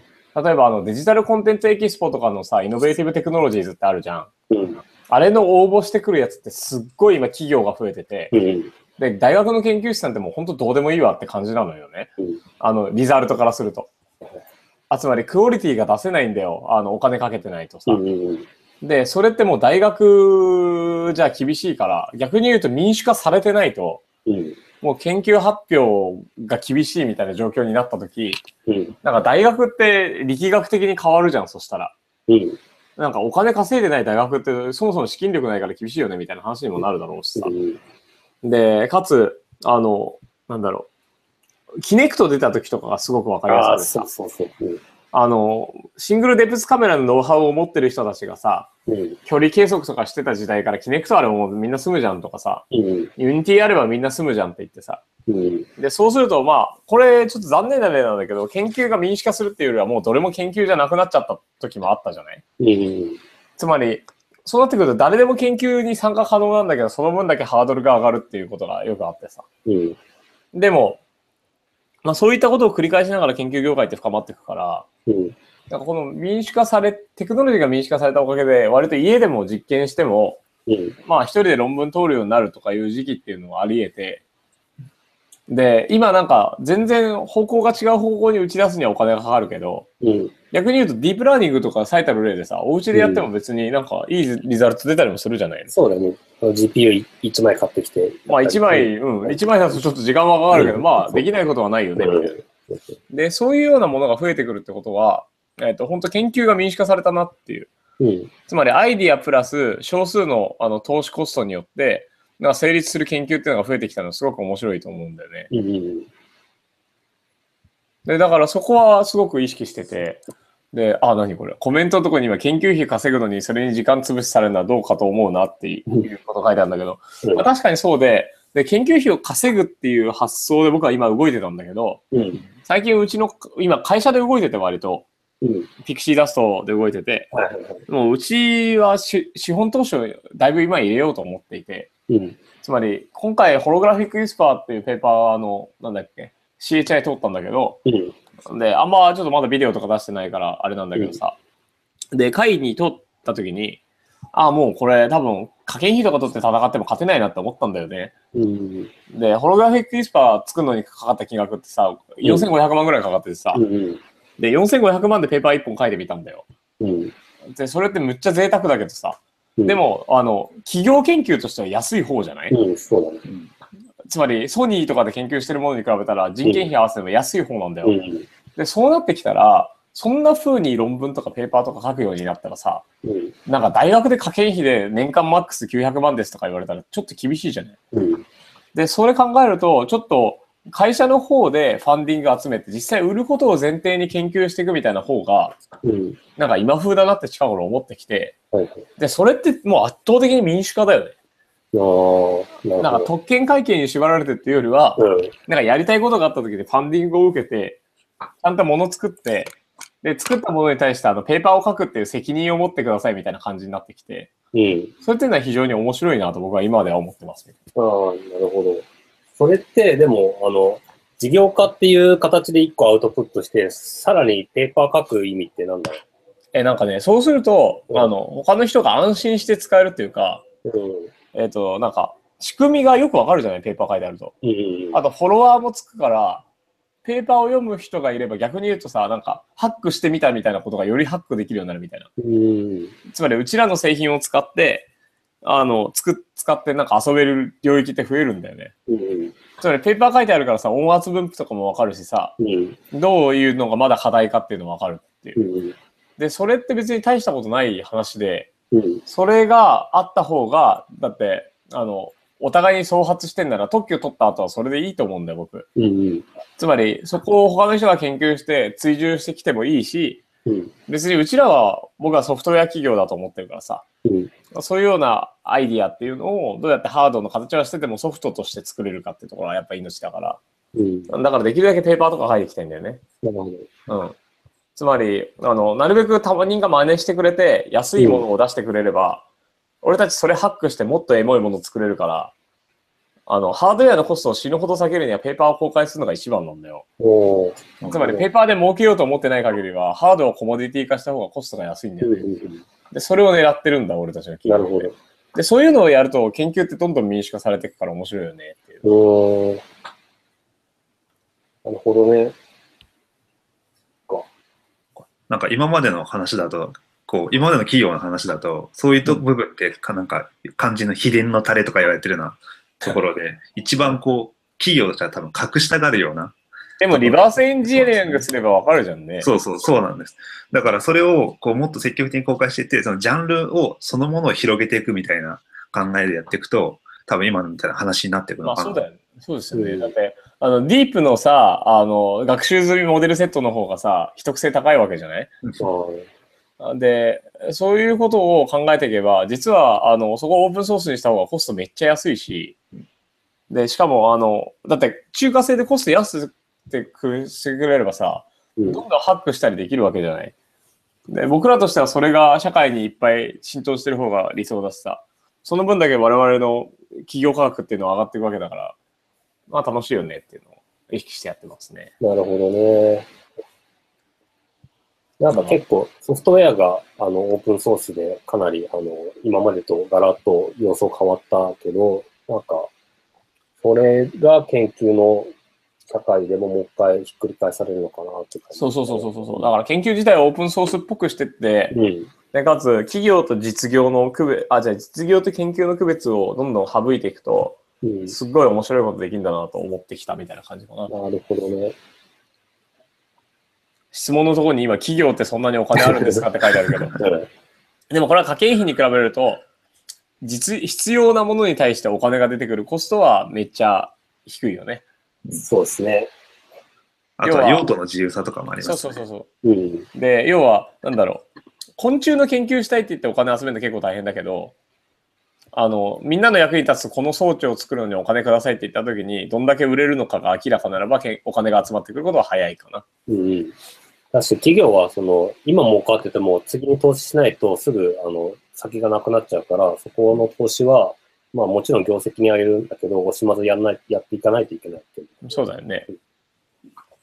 [SPEAKER 2] 例えばあのデジタルコンテンツエキスポとかのさ、イノベーティブテクノロジーズってあるじゃん。
[SPEAKER 3] うん。
[SPEAKER 2] あれの応募してくるやつってすっごい今企業が増えてて、
[SPEAKER 3] うん。
[SPEAKER 2] で、大学の研究室なんてもう本当どうでもいいわって感じなのよね
[SPEAKER 3] うん。
[SPEAKER 2] あの、リザルトからすると。あつまりクオリティが出せないんだよ。あの、お金かけてないとさ。
[SPEAKER 3] うん。
[SPEAKER 2] で、それってもう大学じゃ厳しいから、逆に言うと民主化されてないと、
[SPEAKER 3] うん。
[SPEAKER 2] もう研究発表が厳しいみたいな状況になった時、
[SPEAKER 3] うん。
[SPEAKER 2] なんか大学って力学的に変わるじゃん、そしたら。
[SPEAKER 3] うん。
[SPEAKER 2] なんかお金稼いでない大学ってそもそも資金力ないから厳しいよねみたいな話にもなるだろうしさ
[SPEAKER 3] う。ん。
[SPEAKER 2] で、かつ、あの、なんだろう。キネクト出た時とかがすごくわかりやす
[SPEAKER 3] あ
[SPEAKER 2] か
[SPEAKER 3] あ、
[SPEAKER 2] った
[SPEAKER 3] そうそうそう。
[SPEAKER 2] あの、シングルデプスカメラのノウハウを持ってる人たちがさ、
[SPEAKER 3] うん。うん。
[SPEAKER 2] 距離計測とかしてた時代から、キネクトあればもうみんな住むじゃんとかさ、
[SPEAKER 3] うん。
[SPEAKER 2] ユニティあればみんな住むじゃんって言ってさ。
[SPEAKER 3] うん。
[SPEAKER 2] で、そうすると、まあ、これちょっと残念な例なんだけど、研究が民主化するっていうよりはもうどれも研究じゃなくなっちゃった時もあったじゃない
[SPEAKER 3] うん。
[SPEAKER 2] つまり、そうなってくると誰でも研究に参加可能なんだけど、その分だけハードルが上がるっていうことがよくあってさ。
[SPEAKER 3] うん。
[SPEAKER 2] でも、まあそういったことを繰り返しながら研究業界って深まっていくから、
[SPEAKER 3] うん。
[SPEAKER 2] なんかこの民主化され、テクノロジーが民主化されたおかげで、割と家でも実験しても、
[SPEAKER 3] うん。
[SPEAKER 2] まあ一人で論文通るようになるとかいう時期っていうのはあり得て、で、今なんか全然方向が違う方向に打ち出すにはお金がかかるけど、
[SPEAKER 3] うん。
[SPEAKER 2] 逆に言うとディープラーニングとか最たる例でさ、お家でやっても別になんかいいリザルト出たりもするじゃないの。
[SPEAKER 3] そうだね。GPU1 枚買ってきて。
[SPEAKER 2] まあ一枚、うん、一枚だとちょっと時間はかかるけど、
[SPEAKER 3] うん
[SPEAKER 2] まあできないことはないよね、みたいな。で、そういうようなものが増えてくるってことは、えっ、と、本当研究が民主化されたなっていう。
[SPEAKER 3] うん。
[SPEAKER 2] つまりアイディアプラス少数のあの投資コストによって、なんか成立する研究っていうのが増えてきたのすごく面白いと思うんだよね。
[SPEAKER 3] うん。
[SPEAKER 2] で、だからそこはすごく意識してて、で、あ、何これ、コメントのとこに今研究費稼ぐのにそれに時間潰しされるのはどうかと思うなっていうこと書いてあるんだけど、
[SPEAKER 3] うん
[SPEAKER 2] まあ、確かにそうで、で、研究費を稼ぐっていう発想で僕は今動いてたんだけど、
[SPEAKER 3] うん。
[SPEAKER 2] 最近うちの、今会社で動いてて割と、
[SPEAKER 3] うん。
[SPEAKER 2] ピクシーダストで動いてて、
[SPEAKER 3] はいはいはい。
[SPEAKER 2] もううちはし資本投資をだいぶ今入れようと思っていて、
[SPEAKER 3] うん。
[SPEAKER 2] つまり今回ホログラフィックウィスパーっていうペーパーの、なんだっけ、CHI 通ったんだけど、
[SPEAKER 3] うん。
[SPEAKER 2] で、あんまちょっとまだビデオとか出してないからあれなんだけどさ、で、会に通った時に、ああ、もうこれ多分課金費とか取って戦っても勝てないなって思ったんだよね。
[SPEAKER 3] うん。
[SPEAKER 2] で、ホログラフィックウィスパー作るのにかかった金額ってさ、4500万ぐらいかかっててさ、
[SPEAKER 3] うん。
[SPEAKER 2] で、4500万でペーパー1本書いてみたんだよ。
[SPEAKER 3] うん。
[SPEAKER 2] で、それってむっちゃ贅沢だけどさ、
[SPEAKER 3] うん。
[SPEAKER 2] で、も、あの、企業研究としては安い方じゃない、
[SPEAKER 3] うん、そうだね。
[SPEAKER 2] つまり、ソニーとかで研究してるものに比べたら、人件費合わせても安い方なんだよ。
[SPEAKER 3] うん。
[SPEAKER 2] で、そうなってきたら、そんな風に論文とかペーパーとか書くようになったらさ、
[SPEAKER 3] うん。
[SPEAKER 2] なんか大学で課金費で年間マックス900万ですとか言われたら、ちょっと厳しいじゃない
[SPEAKER 3] うん。
[SPEAKER 2] で、それ考えると、ちょっと、会社の方でファンディング集めて、実際売ることを前提に研究していくみたいな方が、
[SPEAKER 3] うん。
[SPEAKER 2] なんか今風だなって近頃思ってきて、
[SPEAKER 3] はいはい。
[SPEAKER 2] で、それってもう圧倒的に民主化だよね。
[SPEAKER 3] ああ、なるほど。
[SPEAKER 2] なんか特権会計に縛られてっていうよりは、
[SPEAKER 3] うん。
[SPEAKER 2] なんかやりたいことがあった時でファンディングを受けて、ちゃんと物作って、で、作ったものに対してあのペーパーを書くっていう責任を持ってくださいみたいな感じになってきて、
[SPEAKER 3] うん。
[SPEAKER 2] それっていうのは非常に面白いなと僕は今までは思ってます。
[SPEAKER 3] ああ、なるほど。それって、でも、あの、事業化っていう形で一個アウトプットして、さらにペーパー書く意味ってなんだろ
[SPEAKER 2] え、なんかね、そうすると、
[SPEAKER 3] うん
[SPEAKER 2] あの、他の人が安心して使えるっていうか、
[SPEAKER 3] う。
[SPEAKER 2] えっ、と、なんか、仕組みがよくわかるじゃないペーパー書いてあると。
[SPEAKER 3] うん。うん。
[SPEAKER 2] あと、フォロワーもつくから、ペーパーを読む人がいれば逆に言うとさ、なんか、ハックしてみたみたいなことがよりハックできるようになるみたいな。
[SPEAKER 3] うん。
[SPEAKER 2] つまりうちらの製品を使って、あの、つく、使ってなんか遊べる領域って増えるんだよね。
[SPEAKER 3] うん。
[SPEAKER 2] つまりペーパー書いてあるからさ、音圧分布とかもわかるしさ、
[SPEAKER 3] うん。
[SPEAKER 2] どういうのがまだ課題かっていうのもわかるっていうう。
[SPEAKER 3] ん。
[SPEAKER 2] で、それって別に大したことない話で、
[SPEAKER 3] うん。
[SPEAKER 2] それがあった方が、だって、あの、お互いに創発してんなら特許取った後はそれでいいと思うんだよ、僕。
[SPEAKER 3] うん。
[SPEAKER 2] つまり、そこを他の人が研究して追従してきてもいいし、
[SPEAKER 3] うん。
[SPEAKER 2] 別にうちらは僕はソフトウェア企業だと思ってるからさ、
[SPEAKER 3] うん。
[SPEAKER 2] そういうようなアイディアっていうのをどうやってハードの形はしててもソフトとして作れるかっていうところはやっぱ命だから。
[SPEAKER 3] うん。
[SPEAKER 2] だからできるだけペーパーとか書いてきてんだよね。
[SPEAKER 3] なるほど。
[SPEAKER 2] うん。つまり、あの、なるべく他人が真似してくれて安いものを出してくれれば、俺たちそれハックしてもっとエモいものを作れるから、あの、ハードウェアのコストを死ぬほど下げるにはペーパーを公開するのが一番なんだよ。
[SPEAKER 3] おー。
[SPEAKER 2] つまりペーパーで儲けようと思ってない限りは、ハードをコモディティ化した方がコストが安いんだ
[SPEAKER 3] う
[SPEAKER 2] よ
[SPEAKER 3] ん。う
[SPEAKER 2] ね。
[SPEAKER 3] ん。
[SPEAKER 2] で、それを狙ってるんだ、俺たちの企業
[SPEAKER 3] な
[SPEAKER 2] って
[SPEAKER 3] るほど。
[SPEAKER 2] で、そういうのをやると研究ってどんどん民主化されていくから面白いよねっていう。
[SPEAKER 3] おー。なるほどね。
[SPEAKER 1] なんか今までの話だと、構、今までの企業の話だと、そういうと部分って、かなんか、漢字の秘伝のタレとか言われてるようなところで、一番こう、企業としては多分隠したがるような、
[SPEAKER 2] でも、リバースエンジニアリングすればわかるじゃんね。
[SPEAKER 1] そうそう、そうなんです。だからそれをこうもっと積極的に公開していって、そのジャンルをそのものを広げていくみたいな考えでやっていくと、多分今みたいな話になっていく
[SPEAKER 2] ま
[SPEAKER 1] の
[SPEAKER 2] あ
[SPEAKER 1] かな。
[SPEAKER 2] そうだよね。そうですよね。
[SPEAKER 3] うん
[SPEAKER 2] だって、あの、ディープのさ、あの、学習済みモデルセットの方がさ、秘匿性高いわけじゃないで、そういうことを考えていけば、実は、あの、そこをオープンソースにした方がコストめっちゃ安いし、で、しかも、あの、だって、中華製でコスト安くてくしてくれればさ、
[SPEAKER 3] うん
[SPEAKER 2] どんどんハックしたりできるわけじゃない。で、僕らとしてはそれが社会にいっぱい浸透してる方が理想だしさ、その分だけ我々の企業価格っていうのは上がっていくわけだから、まあ楽しいよねっていうのを意識してやってますね。
[SPEAKER 3] なるほどね。なんか結構ソフトウェアがあのオープンソースでかなりあの今までとガラッと様相変わったけど、なんかそれが研究の社会でももう一回ひっくり返されるのかなって感じ。
[SPEAKER 2] そうそうそうそうそう。だから研究自体をオープンソースっぽくしてって、
[SPEAKER 3] うん。
[SPEAKER 2] で、かつ、企業と実業の区別、あ、じゃあ実業と研究の区別をどんどん省いていくと、
[SPEAKER 3] うん。
[SPEAKER 2] すっごい面白いことできるんだなと思ってきたみたいな感じかな。
[SPEAKER 3] なるほどね。
[SPEAKER 2] 質問のところに今、企業ってそんなにお金あるんですかって書いてあるけど。 [LAUGHS]
[SPEAKER 3] うん
[SPEAKER 2] でもこれは家計費に比べると、実、必要なものに対してお金が出てくるコストはめっちゃ低いよね。
[SPEAKER 3] そうですね。
[SPEAKER 1] あとは
[SPEAKER 2] 要は
[SPEAKER 1] 用途の自由さとかもあります、
[SPEAKER 2] そ
[SPEAKER 1] ね。
[SPEAKER 2] うそうそうそう。
[SPEAKER 3] うん。
[SPEAKER 2] で、要は、なんだろう。昆虫の研究したいって言ってお金集めるの結構大変だけど、あの、みんなの役に立つこの装置を作るのにお金くださいって言った時に、どんだけ売れるのかが明らかならば、けお金が集まってくることは早いかな。
[SPEAKER 3] うんうん。だし、企業は、その、今儲かってても、次に投資しないと、すぐ、あの、先がなくなっちゃうから、そこの投資は、まあ、もちろん業績にあげるんだけど、惜しまずやんない、やっていかないといけないっていう。
[SPEAKER 2] そうだよね。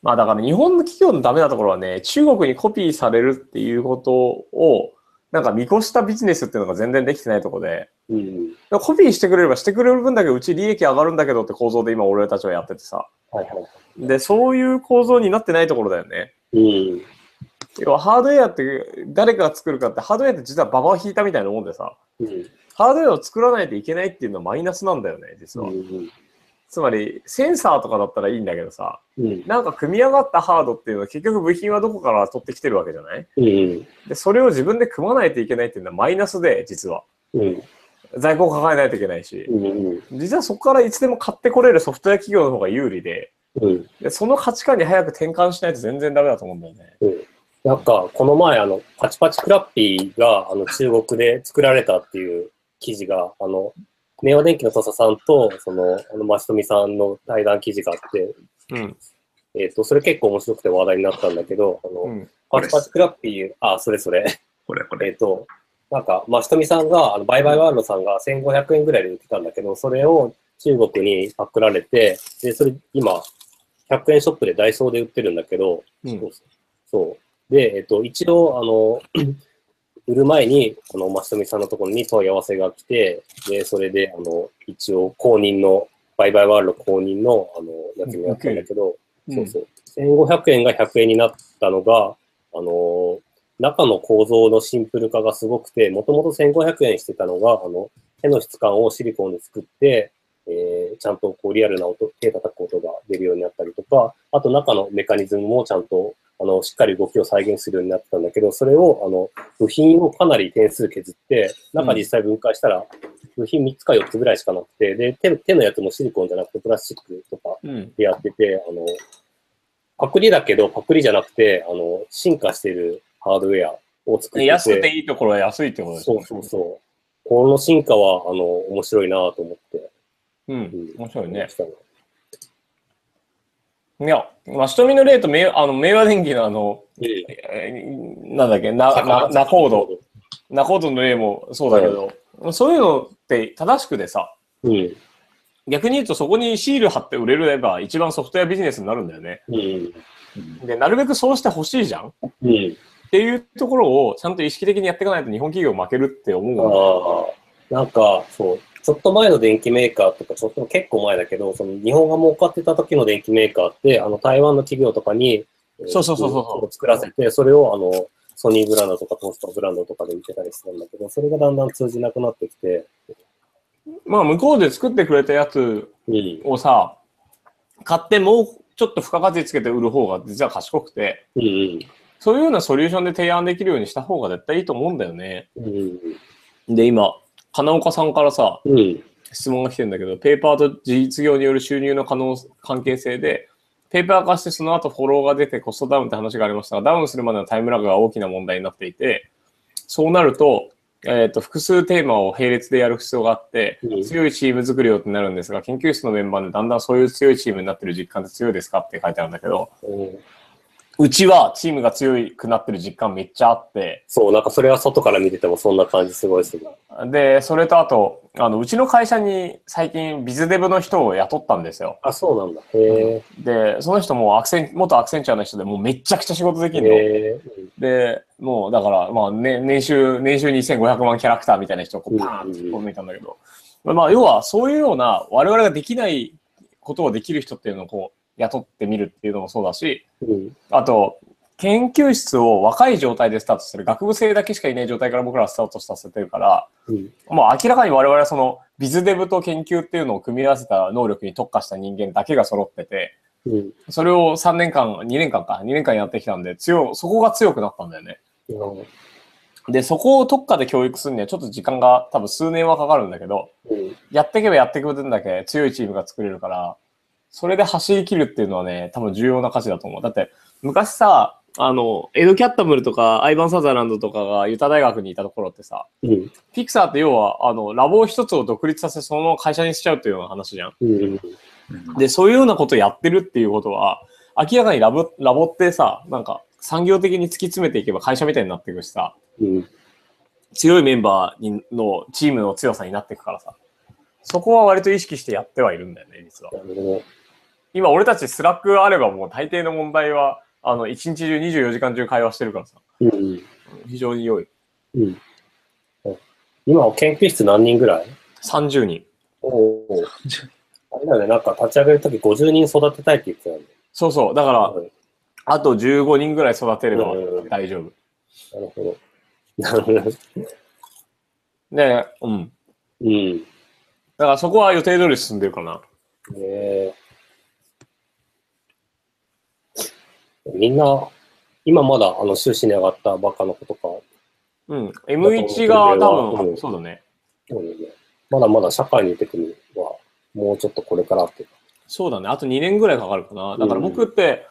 [SPEAKER 2] まあだから日本の企業のダメなところはね、中国にコピーされるっていうことを、なんか見越したビジネスっていうのが全然できてないとこで、
[SPEAKER 3] うん。
[SPEAKER 2] コピーしてくれればしてくれる分だけうち利益上がるんだけどって構造で今俺たちはやっててさ。
[SPEAKER 3] はいは
[SPEAKER 2] で、そういう構造になってないところだよね。
[SPEAKER 3] い。うん。
[SPEAKER 2] 要はハードウェアって誰が作るかってハードウェアって実はババを引いたみたいなもんでさ
[SPEAKER 3] うん。
[SPEAKER 2] ハードウェアを作らないといけないっていうのはマイナスなんだよね実
[SPEAKER 3] う
[SPEAKER 2] は、
[SPEAKER 3] ん。
[SPEAKER 2] つまりセンサーとかだったらいいんだけどさ
[SPEAKER 3] うん。
[SPEAKER 2] なんか組み上がったハードっていうのは結局部品はどこから取ってきてるわけじゃない
[SPEAKER 3] うん。
[SPEAKER 2] でそれを自分で組まないといけないっていうのはマイナスで実は
[SPEAKER 3] うん。
[SPEAKER 2] 在庫を抱えないといけないし
[SPEAKER 3] うん。
[SPEAKER 2] 実はそこからいつでも買ってこれるソフトウェア企業の方が有利で
[SPEAKER 3] うん。
[SPEAKER 2] でその価値観に早く転換しないと全然ダメだと思うんだよね
[SPEAKER 3] なんか、この前、あの、パチパチクラッピーが、あの、中国で作られたっていう記事が、あの、明和電機の土佐さんと、その、あの、マストミさんの対談記事があって、
[SPEAKER 2] うん、
[SPEAKER 3] えっ、と、それ結構面白くて話題になったんだけど、あの、
[SPEAKER 2] うん、
[SPEAKER 3] パチパチクラッピー、あ、それそれ。
[SPEAKER 2] [LAUGHS]
[SPEAKER 1] これこ
[SPEAKER 3] え
[SPEAKER 1] れ。
[SPEAKER 3] っ、と、なんか、まあ、ひとみさんが、あのバイバイワールドさんが1500円ぐらいで売ってたんだけど、それを中国にパクられて、で、それ今、100円ショップでダイソーで売ってるんだけど、
[SPEAKER 2] うん
[SPEAKER 3] そうそう。で、えっ、と、一応、あの、 [CLEARS THROAT] 売る前に、この、まひとみさんのところに問い合わせが来て、で、それで、あの、一応、公認の、バイバイワールド公認の、あの、やつもやったんだけど、そうそう。1500円が100円になったのが、あのー中の構造のシンプル化がすごくて、もともと1500円してたのが、あの、手の質感をシリコンで作って、えーちゃんとこうリアルな音、手叩く音が出るようになったりとか、あと中のメカニズムもちゃんと、あの、しっかり動きを再現するようになったんだけど、それを、あの、部品をかなり点数削って、中実際分解したら、部品3つか4つぐらいしかなくて、で、手手のやつもシリコンじゃなくてプラスチックとか
[SPEAKER 2] うん
[SPEAKER 3] でやってて、あの、パクリだけど、パクリじゃなくて、あの、進化してるハードウェアを作って
[SPEAKER 2] で
[SPEAKER 3] て。
[SPEAKER 2] 安くていいところは安いってことです
[SPEAKER 3] そうそうそう。この進化は、あの、面白いなと思って。
[SPEAKER 2] う。うん
[SPEAKER 3] うん、
[SPEAKER 2] 面白いね。
[SPEAKER 3] 思いまし
[SPEAKER 2] いや、まあ、瞳の例と、めいあの、明和電機のあの、
[SPEAKER 3] たね。
[SPEAKER 2] えーなんだっけ、な、な、ナコード、ナコードの例もそうだけど、そういうのって正しくでさ、
[SPEAKER 3] うん。
[SPEAKER 2] 逆に言うとそこにシール貼って売れれば一番ソフトウェアビジネスになるんだよね。
[SPEAKER 3] うん。
[SPEAKER 2] で、なるべくそうしてほしいじゃんっ
[SPEAKER 3] うん。
[SPEAKER 2] ていうところをちゃんと意識的にやっていかないと日本企業負けるって思う
[SPEAKER 3] あ
[SPEAKER 2] もん
[SPEAKER 3] あ。なんか、そう、ちょっと前の電機メーカーとか、ちょっと結構前だけど、その日本が儲かってた時の電機メーカーって、あの、台湾の企業とかに、えー
[SPEAKER 2] そうそうそうそう
[SPEAKER 3] を作らせて、それを、あの、ソニーブランドとかトーストブランドとかで売ってたりするんだけど、それがだんだん通じなくなってきて、
[SPEAKER 2] まあ、向こうで作ってくれたやつ
[SPEAKER 3] うん、
[SPEAKER 2] をさ、買ってもうちょっと付加価値つけて売る方が実は賢くて、
[SPEAKER 3] うん、うん
[SPEAKER 2] そういうようなソリューションで提案できるようにした方が絶対いいと思うんだよね。、
[SPEAKER 3] うん
[SPEAKER 2] で、今、金岡さんからさ、
[SPEAKER 3] うん、うん、
[SPEAKER 2] 質問が来てんだけど、ペーパーと実業による収入の可能関係性で、ペーパー化してその後フォローが出てコストダウンって話がありましたが、ダウンするまでのタイムラグが大きな問題になっていて、そうなると、えっ、と、複数テーマを並列でやる必要があって
[SPEAKER 3] うん、
[SPEAKER 2] 強いチーム作りをってなるんですが、研究室のメンバーでだんだんそういう強いチームになってる実感って強いですかって書いてあるんだけど、
[SPEAKER 3] うん。
[SPEAKER 2] うちはチームが強くなってる実感めっちゃあって、
[SPEAKER 3] そう、なんかそれは外から見ててもそんな感じすごいする。
[SPEAKER 2] で、それとあと、あの、うちの会社に最近ビズデブの人を雇ったんですよ。
[SPEAKER 3] あ、そうなんだ。へ
[SPEAKER 2] で、その人もアクセン、元アクセンチャーの人で、もうめっちゃくちゃ仕事で
[SPEAKER 3] え。
[SPEAKER 2] きるの。
[SPEAKER 3] へー
[SPEAKER 2] で、もうだから、まあ、ね、年収、年収2500万キャラクターみたいな人をこ
[SPEAKER 3] う
[SPEAKER 2] うんパーンって突っ込んでいたんだけど、まあ、要はそういうような、我々ができないことをできる人っていうのをこう、雇ってみるっていうのもそうだし、
[SPEAKER 3] うん、
[SPEAKER 2] あと、研究室を若い状態でスタートしてる、学部生だけしかいない状態から僕らはスタートさせてるから、
[SPEAKER 3] うん、
[SPEAKER 2] もう明らかに我々はその、ビズデブと研究っていうのを組み合わせた能力に特化した人間だけが揃ってて、
[SPEAKER 3] うん。
[SPEAKER 2] それを3年間、2年間か、2年間やってきたんで、強、そこが強くなったんだよね。
[SPEAKER 3] なるほ
[SPEAKER 2] で、そこを特化で教育するにはちょっと時間が多分数年はかかるんだけど、
[SPEAKER 3] どうん
[SPEAKER 2] やっていけばやっていく分だけ強いチームが作れるから、それで走り切るっていうのはね、多分重要な価値だと思う。だって、昔さ、あの、エド・キャッタムルとか、アイバン・サザーランドとかがユタ大学にいたところってさ、
[SPEAKER 3] うん、
[SPEAKER 2] ピクサーって要は、あの、ラボを一つを独立させ、そのまま会社にしちゃうっていうような話じゃん。
[SPEAKER 3] うん、
[SPEAKER 1] うん
[SPEAKER 2] で、そういうようなことをやってるっていうことは、明らかにラボラボってさ、なんか産業的に突き詰めていけば会社みたいになっていくしさ、
[SPEAKER 3] うん。
[SPEAKER 2] 強いメンバーにのチームの強さになっていくからさ、そこは割と意識してやってはいるんだよね、実は
[SPEAKER 3] な。るほどね。
[SPEAKER 2] 今、俺たちスラックあればもう大抵の問題は、あの、一日中24時間中会話してるからさ、
[SPEAKER 3] うん、
[SPEAKER 2] 非常に良い。
[SPEAKER 3] うん。今、研究室何人ぐらい
[SPEAKER 2] 30人。
[SPEAKER 3] おお。
[SPEAKER 1] 30
[SPEAKER 3] あれだね、なんか立ち上げるとき50人育てたいって言ってたよね。
[SPEAKER 2] そうそう。だから、あと15人ぐらい育てれば
[SPEAKER 3] うん
[SPEAKER 2] 大丈夫。
[SPEAKER 3] なるほど。なるほど。
[SPEAKER 2] で、うん。
[SPEAKER 3] うん。
[SPEAKER 2] だからそこは予定通り進んでるかな。
[SPEAKER 3] えー、みんな、今まだあの修士に上がったばっかの子とか、
[SPEAKER 2] うん。M1 が多
[SPEAKER 3] う
[SPEAKER 2] 分、
[SPEAKER 3] ん
[SPEAKER 2] そうだね。
[SPEAKER 3] そうだよねまだまだ社会に出てくるのは、もうちょっとこれからっていうか。
[SPEAKER 2] そうだね。あと2年ぐらいかかるかな。だから
[SPEAKER 3] うん
[SPEAKER 2] 僕って、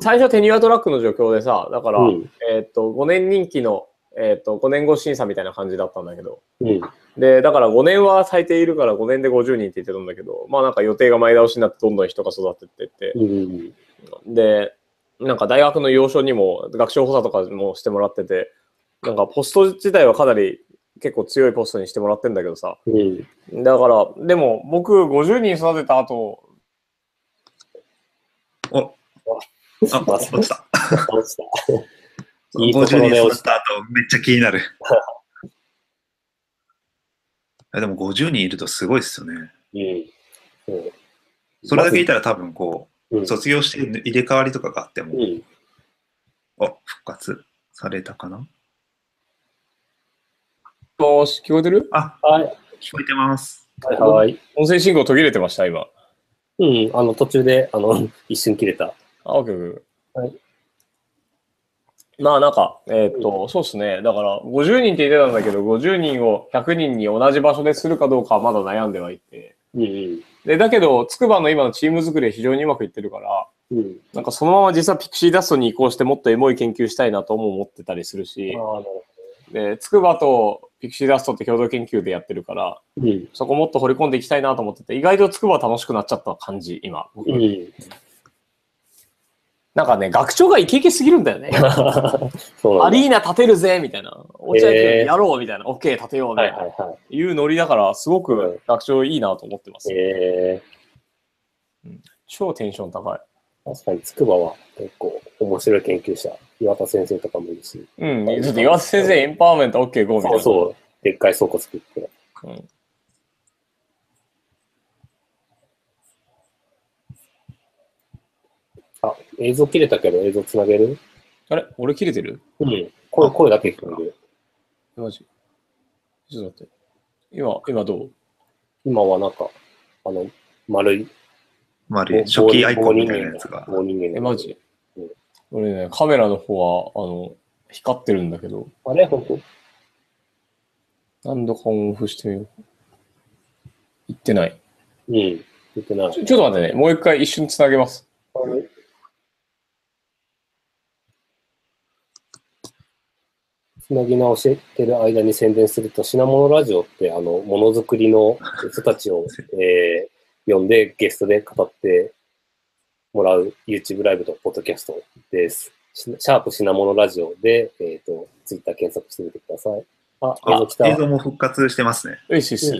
[SPEAKER 2] 最初はテニュアトラックの状況でさ、だから、
[SPEAKER 3] うん。
[SPEAKER 2] えーっと、5年任期の、えーっと、5年後審査みたいな感じだったんだけど、
[SPEAKER 3] うん。
[SPEAKER 2] で、だから5年は最低いるから5年で50人って言ってたんだけど、まあなんか予定が前倒しになってどんどん人が育ってってって、
[SPEAKER 3] うん。
[SPEAKER 2] で、なんか大学の要所にも学習補佐とかもしてもらってて、なんかポスト自体はかなり結構強いポストにしてもらってんだけどさ、 [LAUGHS]
[SPEAKER 3] うん。
[SPEAKER 2] だから、でも僕50人育てた後、
[SPEAKER 3] [LAUGHS]
[SPEAKER 1] おあ、落ちた。
[SPEAKER 3] 落ちた。いいところ
[SPEAKER 1] 50
[SPEAKER 3] で
[SPEAKER 1] 人
[SPEAKER 3] 落
[SPEAKER 1] 育
[SPEAKER 3] ち
[SPEAKER 1] った後、めっちゃ気にな
[SPEAKER 3] [LAUGHS]
[SPEAKER 1] る。あでも50人いるとすごいっすよね。
[SPEAKER 3] うん。そう
[SPEAKER 1] それだけいたら多分こ
[SPEAKER 3] う
[SPEAKER 1] う、
[SPEAKER 3] ん。
[SPEAKER 1] 卒業して入れ替わりとかがあって
[SPEAKER 3] う
[SPEAKER 1] も、
[SPEAKER 3] ん。
[SPEAKER 1] あ、復活されたかな
[SPEAKER 2] もし聞こえてる
[SPEAKER 1] あ、
[SPEAKER 3] はい。
[SPEAKER 1] 聞こえてます。
[SPEAKER 3] はいはい。
[SPEAKER 2] 音声信号途切れてました、今。
[SPEAKER 3] うん。あの、途中で、あの、一瞬切れた。
[SPEAKER 2] あ、オッケーオッケー
[SPEAKER 3] はい
[SPEAKER 2] まあなんか、えーっと、そうですね。だから、50人って言ってたんだけど、50人を100人に同じ場所でするかどうかはまだ悩んではいて。
[SPEAKER 3] うんうん。
[SPEAKER 2] で、だけど、つくばの今のチーム作りは非常にうまくいってるから、
[SPEAKER 3] うん。
[SPEAKER 2] なんかそのまま実はピクシーダストに移行してもっとエモい研究したいなとも思ってたりするし、
[SPEAKER 3] ああ、なるほ
[SPEAKER 2] で、つくばとピクシーダストって共同研究でやってるから、
[SPEAKER 3] ど。うん。
[SPEAKER 2] そこもっと掘り込んでいきたいなと思ってて、意外とつくば楽しくなっちゃった感じ、今。僕
[SPEAKER 3] [LAUGHS] うん。
[SPEAKER 2] なんかね、学長がイケイケすぎるんだよ
[SPEAKER 3] [LAUGHS]
[SPEAKER 2] ね。
[SPEAKER 3] そう
[SPEAKER 2] ア
[SPEAKER 3] なんだ。
[SPEAKER 2] リーナ建てるぜみたいな。お茶屋
[SPEAKER 3] えー
[SPEAKER 2] やろうみたいな。オッケー建てようみ
[SPEAKER 3] は
[SPEAKER 2] たい
[SPEAKER 3] いはい
[SPEAKER 2] な。
[SPEAKER 3] は
[SPEAKER 2] いうノリだから、すご
[SPEAKER 3] うん
[SPEAKER 2] く学長いいなと思ってま
[SPEAKER 3] い。
[SPEAKER 2] す。
[SPEAKER 3] え
[SPEAKER 2] 超テンション高い。
[SPEAKER 3] ー、確かに筑波は結構面白い研究者。岩田先生とかもいるし。
[SPEAKER 2] うん。ちょっと岩瀬先生、エンパワーメント OK、ゴーみたい
[SPEAKER 3] そ
[SPEAKER 2] な。
[SPEAKER 3] うそう。でっかい倉庫作って。
[SPEAKER 2] うん
[SPEAKER 3] あ、映像切れたけど映像つなげる
[SPEAKER 2] あれ俺切れてる
[SPEAKER 3] うん。声声だけ聞こえる。
[SPEAKER 2] マジちょっと待って。今、今どう
[SPEAKER 3] 今はなんか、あの、丸い、
[SPEAKER 1] 丸い初期アイコンみたいなやつが。
[SPEAKER 3] 棒人間の
[SPEAKER 2] え、マジ
[SPEAKER 3] うん
[SPEAKER 2] 俺ね、カメラの方は、あの、光ってるんだけど、
[SPEAKER 3] あれ本当
[SPEAKER 2] 何度かオンオフしてみよう。行ってない。
[SPEAKER 3] うん。言ってない
[SPEAKER 2] ち。ょちょっと待ってね、もう一回一瞬つなげます。
[SPEAKER 3] つなぎ直してる間に宣伝すると、品物ラジオって、あの、ものづくりの人たちを、えー、呼んで、ゲストで語ってもらう YouTube ライブとポッドキャストです。しシャープ品物ラジオで、えっ、と、Twitter 検索してみてください。あ、映像来た。
[SPEAKER 1] 映像も復活してますね。
[SPEAKER 2] ういっすいっす。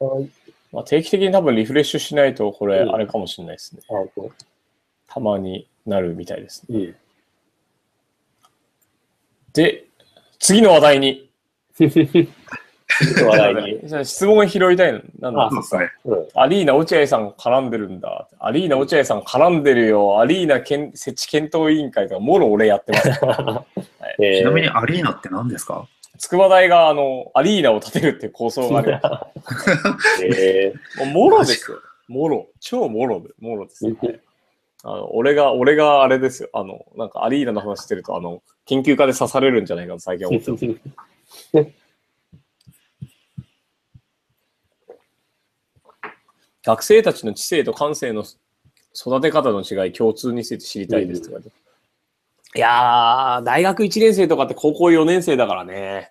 [SPEAKER 3] うんはい
[SPEAKER 2] まあ、定期的に多分リフレッシュしないと、これ、
[SPEAKER 3] うん
[SPEAKER 2] あれかもしれないですね。
[SPEAKER 3] あこ
[SPEAKER 2] たまになるみたいですね。
[SPEAKER 3] ううん。
[SPEAKER 2] で、次の話題に。
[SPEAKER 3] 話題に。
[SPEAKER 2] [LAUGHS] じゃあ質問拾いたいの。なんだ
[SPEAKER 3] あ
[SPEAKER 1] そうですね。
[SPEAKER 3] うん。
[SPEAKER 2] アリーナ落合さんが絡んでるんだ。アリーナ落合さん絡んでるよ。アリーナけん設置検討委員会とか、もろ俺やって
[SPEAKER 3] [LAUGHS]
[SPEAKER 2] ます。
[SPEAKER 3] え
[SPEAKER 1] ちなみ
[SPEAKER 3] ー
[SPEAKER 1] にアリーナって何ですか
[SPEAKER 2] 筑波大があのアリーナを建てるっていう構想がある。
[SPEAKER 3] え
[SPEAKER 2] もうもろですよ。もろ。超もろで、もろです、
[SPEAKER 3] うん
[SPEAKER 2] はいあの。俺が、俺があれですよ。あの、なんかアリーナの話してると、あの、研究家で刺されるんじゃないかと最近思ってます。
[SPEAKER 3] ー
[SPEAKER 2] 学生たちの知性と感性の育て方の違い、共通について知りたいですとかねいやー、大学1年生とかって高校4年生だからね。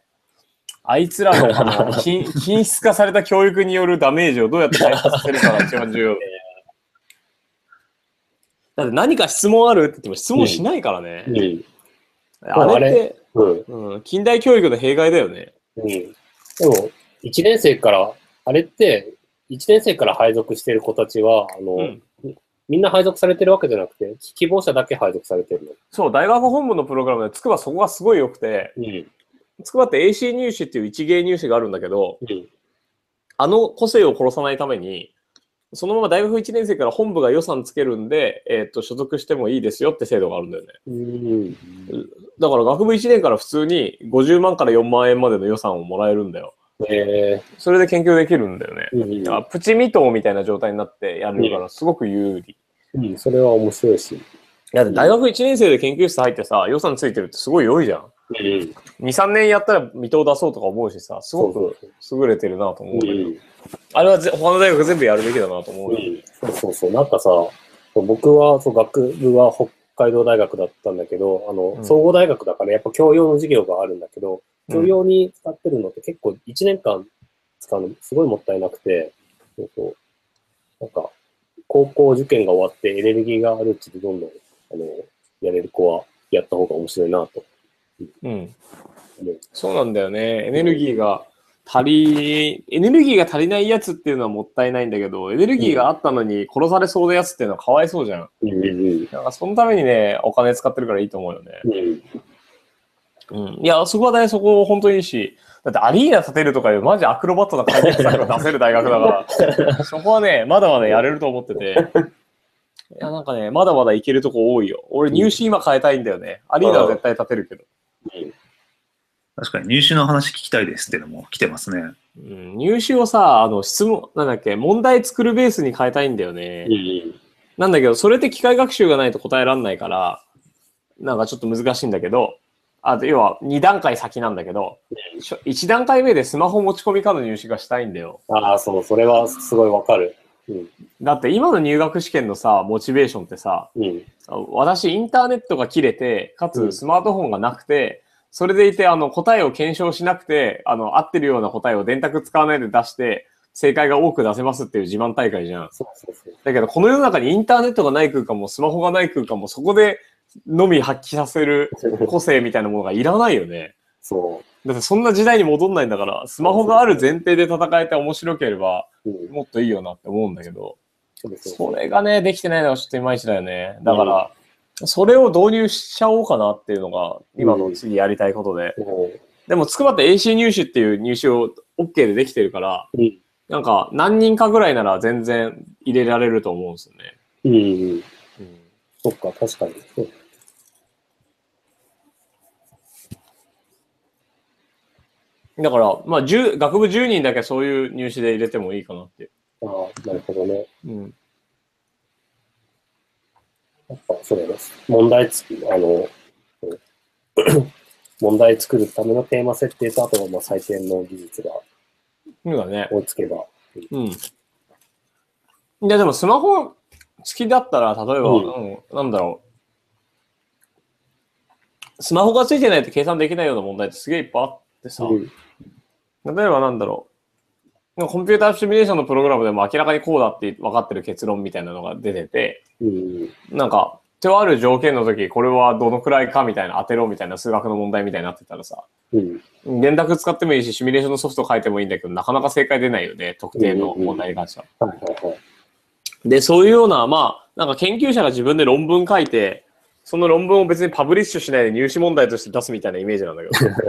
[SPEAKER 2] あいつらのあ [LAUGHS] の品品質化された教育によるダメージをどうやって回復させるかが一番重要。だって何か質問あるって言っても質問しないからね。
[SPEAKER 3] うん。
[SPEAKER 2] あれって、
[SPEAKER 3] うん。
[SPEAKER 2] うん、近代教育の弊害だよね。
[SPEAKER 3] うん。でも、1年生から、あれって、1年生から配属してる子たちは、あの、
[SPEAKER 2] うん
[SPEAKER 3] みんな配属されてるわけじゃなくて、希望者だけ配属されてる
[SPEAKER 2] そう、大学本部のプログラムで、筑波そこがすごい良くて、
[SPEAKER 3] の。うん。
[SPEAKER 2] 筑波って AC 入試っていう一芸入試があるんだけど、
[SPEAKER 3] うん。
[SPEAKER 2] あの個性を殺さないために、そのまま大学1年生から本部が予算つけるんで、えーっと、所属してもいいですよって制度があるんだよね。
[SPEAKER 3] うん。
[SPEAKER 2] だから学部1年から普通に50万から4万円までの予算をもらえるんだよ。
[SPEAKER 3] え
[SPEAKER 2] それで研究できるんだよね。
[SPEAKER 3] ー、うん
[SPEAKER 2] だからプチ未踏みたいな状態になってやるか
[SPEAKER 3] う
[SPEAKER 2] ら、すごく有利。
[SPEAKER 3] うん。それは面白いし。
[SPEAKER 2] だって大学1年生で研究室入ってさ、予算ついてるってすごい良いじゃん。
[SPEAKER 3] うん。
[SPEAKER 2] 2、3年やったら未踏出そうとか思うしさ、す
[SPEAKER 3] そ
[SPEAKER 2] ご
[SPEAKER 3] う
[SPEAKER 2] く
[SPEAKER 3] そう。
[SPEAKER 2] 優れてるなと思うん
[SPEAKER 3] う
[SPEAKER 2] だけど、
[SPEAKER 3] ん。
[SPEAKER 2] あれはぜ他の大学全部やるべきだなと思う
[SPEAKER 3] う
[SPEAKER 2] よ。
[SPEAKER 3] ん。そうそうそう。なんかさ、僕は、そう、学部は北海道大学だったんだけど、あの、
[SPEAKER 2] うん
[SPEAKER 3] 総合大学だから、やっぱ教養の授業があるんだけど、教養に使ってるのって結構1年間使うのすごいもったいなくて、そうそうなんか、高校受験が終わってエネルギーがあるうちでどんどん、あの、やれる子はやった方が面白いなと。
[SPEAKER 2] うん
[SPEAKER 3] うん。
[SPEAKER 2] そうなんだよね。エネルギーが足り、エネルギーが足りないやつっていうのはもったいないんだけど、エネルギーがあったのに殺されそうなやつっていうのはかわいそうじゃん。
[SPEAKER 3] うんうん
[SPEAKER 2] なんかそのためにね、お金使ってるからいいと思うよね。
[SPEAKER 3] うん。
[SPEAKER 2] うん。いや、そこはね、そこ本当にいいし、だってアリーナ建てるとかいうマジアクロバットな解決策が出せる大学だから、そこはね、まだまだやれると思ってて。いや、なんかね、まだまだいけるとこ多いよ。俺入試今変えたいんだよね。アリーナは絶対建てるけど。
[SPEAKER 1] 確かに入試の話聞きたいですっていうのも来てますね。
[SPEAKER 2] うん、入試をさ、あの質問、なんだっけ、問題作るベースに変えたいんだよね
[SPEAKER 3] うん。うん。
[SPEAKER 2] なんだけど、それって機械学習がないと答えられないから、なんかちょっと難しいんだけど、あと要は2段階先なんだけど、1段階目でスマホ持ち込みかの入試がしたいんだよ。
[SPEAKER 3] ああ、そう、それはすごいわかる。うん。
[SPEAKER 2] だって今の入学試験のさ、モチベーションってさ、
[SPEAKER 3] うん。
[SPEAKER 2] 私インターネットが切れて、か
[SPEAKER 3] う
[SPEAKER 2] つ
[SPEAKER 3] ん
[SPEAKER 2] スマートフォンがなくて、それでいてあの答えを検証しなくて、あの合ってるような答えを電卓使わないで出して、正解が多く出せますっていう自慢大会じゃん。
[SPEAKER 3] そうそうそう。
[SPEAKER 2] だけど、この世の中にインターネットがない空間も、スマホがない空間も、そこでのみ発揮させる
[SPEAKER 3] [LAUGHS]
[SPEAKER 2] 個性みたいなものがいらないよね。
[SPEAKER 3] そ
[SPEAKER 2] だってそんな時代に戻んないんだから、スマホがある前提で戦えて面白ければ、
[SPEAKER 3] う。うん。
[SPEAKER 2] もっといいよなって思うんだけど、
[SPEAKER 3] そうそう
[SPEAKER 2] それがね、できてないのはちょっといまいちだよね。だから、それを導入しちゃおうかなっていうのが、今の次やりたいことで。
[SPEAKER 3] そう。
[SPEAKER 2] でも、つくばって AC 入試っていう入試を OK でできてるから、
[SPEAKER 3] うん。
[SPEAKER 2] なんか何人かぐらいなら全然入れられると思うんですよね。
[SPEAKER 3] うんうん。
[SPEAKER 2] うん
[SPEAKER 3] そっか、確かに。そう
[SPEAKER 2] だから、まあ、10学部10人だけそういう入試で入れてもいいかなって。
[SPEAKER 3] ああ、なるほどね。
[SPEAKER 2] うん。
[SPEAKER 3] やっぱそうだね。問題つく、あの、うん問題作るためのテーマ設定と、あとはまあ採点の技術が
[SPEAKER 2] そうだね。
[SPEAKER 3] 追いつけば。
[SPEAKER 2] うん。いや、でもスマホ付きだったら、例えば、う
[SPEAKER 3] う
[SPEAKER 2] んなんだろう。スマホが付いてないと計算できないような問題ってすげえいっぱいあってさ、
[SPEAKER 3] うん
[SPEAKER 2] 例えばなんだろう。なんかコンピューターシミュレーションのプログラムでも明らかにこうだって分かってる結論みたいなのが出てて、
[SPEAKER 3] うん。
[SPEAKER 2] なんか、とある条件の時、これはどのくらいかみたいな、当てろみたいな数学の問題みたいになってたらさ、
[SPEAKER 3] うん。
[SPEAKER 2] 電卓使ってもいいし、シミュレーションのソフト書いてもいいんだけど、なかなか正解出ないよね、特定の問題に関しては。
[SPEAKER 3] はいはいはい。
[SPEAKER 2] で、そういうような、まあ、なんか研究者が自分で論文書いて、その論文を別にパブリッシュしないで入試問題として出すみたいなイメージなんだけ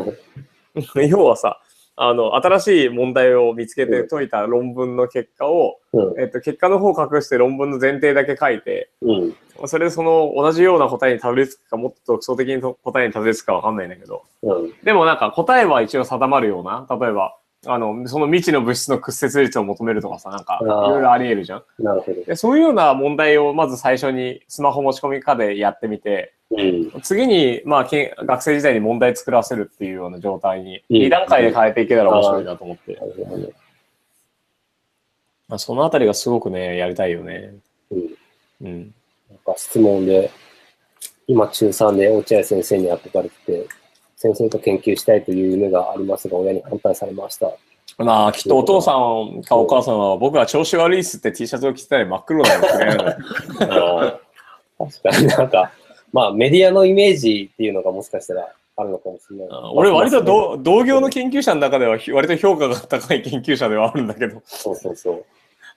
[SPEAKER 2] ど。 [LAUGHS] 要はさ、あの、新しい問題を見つけて解いた論文の結果を、
[SPEAKER 3] う
[SPEAKER 2] えっと、結果の方を隠して論文の前提だけ書いて、
[SPEAKER 3] ん。うん。
[SPEAKER 2] それでその同じような答えにたどり着くか、もっと独創的に答えにたどり着くかわかんないんだけど、
[SPEAKER 3] うん。
[SPEAKER 2] でもなんか答えは一応定まるような、例えば、あの、その未知の物質の屈折率を求めるとかさ、なんか、
[SPEAKER 3] あ
[SPEAKER 2] い
[SPEAKER 3] ー
[SPEAKER 2] ろいろあり得るじゃん。
[SPEAKER 3] なるほど。
[SPEAKER 2] でそういうような問題をまず最初にスマホ持ち込みかでやってみて、
[SPEAKER 3] うん。
[SPEAKER 2] 次に、まあ、けん学生時代に問題作らせるっていうような状態に、
[SPEAKER 3] うん
[SPEAKER 2] 2段階で変えていけたら面白いなと思って
[SPEAKER 3] な。るほどね。
[SPEAKER 2] まあ、そのあたりがすごくね、やりたいよね。
[SPEAKER 3] うん。
[SPEAKER 2] うん。
[SPEAKER 3] なんか質問で、今中3で落合先生に憧れてて、先生と研究したいという夢がありますが、親に反対されました。
[SPEAKER 2] まあ、きっとお父さんかお母さんは、僕は調子悪いっすって T シャツを着てたり真っ黒だよって言うよね。
[SPEAKER 3] あー確かになんか、まあメディアのイメージっていうのがもしかしたらあるのかもしれない。
[SPEAKER 2] 俺、割と
[SPEAKER 3] どう
[SPEAKER 2] 同同業の研究者の中ではひ、割と評価が高い [LAUGHS] 研究者ではあるんだけど、
[SPEAKER 3] そうそうそう。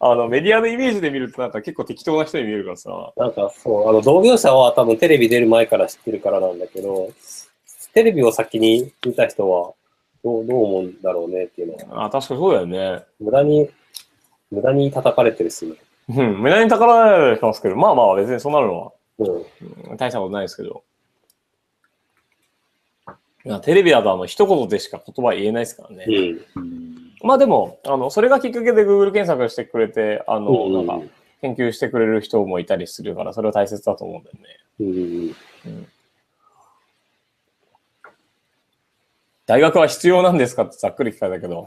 [SPEAKER 2] あの、メディアのイメージで見ると、なんか結構適当な人に見えるからさ。
[SPEAKER 3] なんかそう、あの同業者は多分テレビ出る前から知ってるからなんだけど、テレビを先に見た人はどうどう思うんだろうねっていうのは、
[SPEAKER 2] あ、確かにそうだよね。
[SPEAKER 3] 無駄に、無駄に叩かれてるしね。
[SPEAKER 2] うん、無駄に宝られてますけど、まあまあ別にそうなるのは
[SPEAKER 3] うん。
[SPEAKER 2] うん大したことないですけど。いやテレビだとあの、一言でしか言葉言えないですからね。
[SPEAKER 3] うん。
[SPEAKER 1] うん
[SPEAKER 2] まあでも、あの、それがきっかけで Google 検索してくれて、あの、
[SPEAKER 3] うん
[SPEAKER 2] なんか、研究してくれる人もいたりするから、それは大切だと思うんだよね。
[SPEAKER 3] うん。
[SPEAKER 2] 大学は必要なんですかってざっくり聞かれたけど、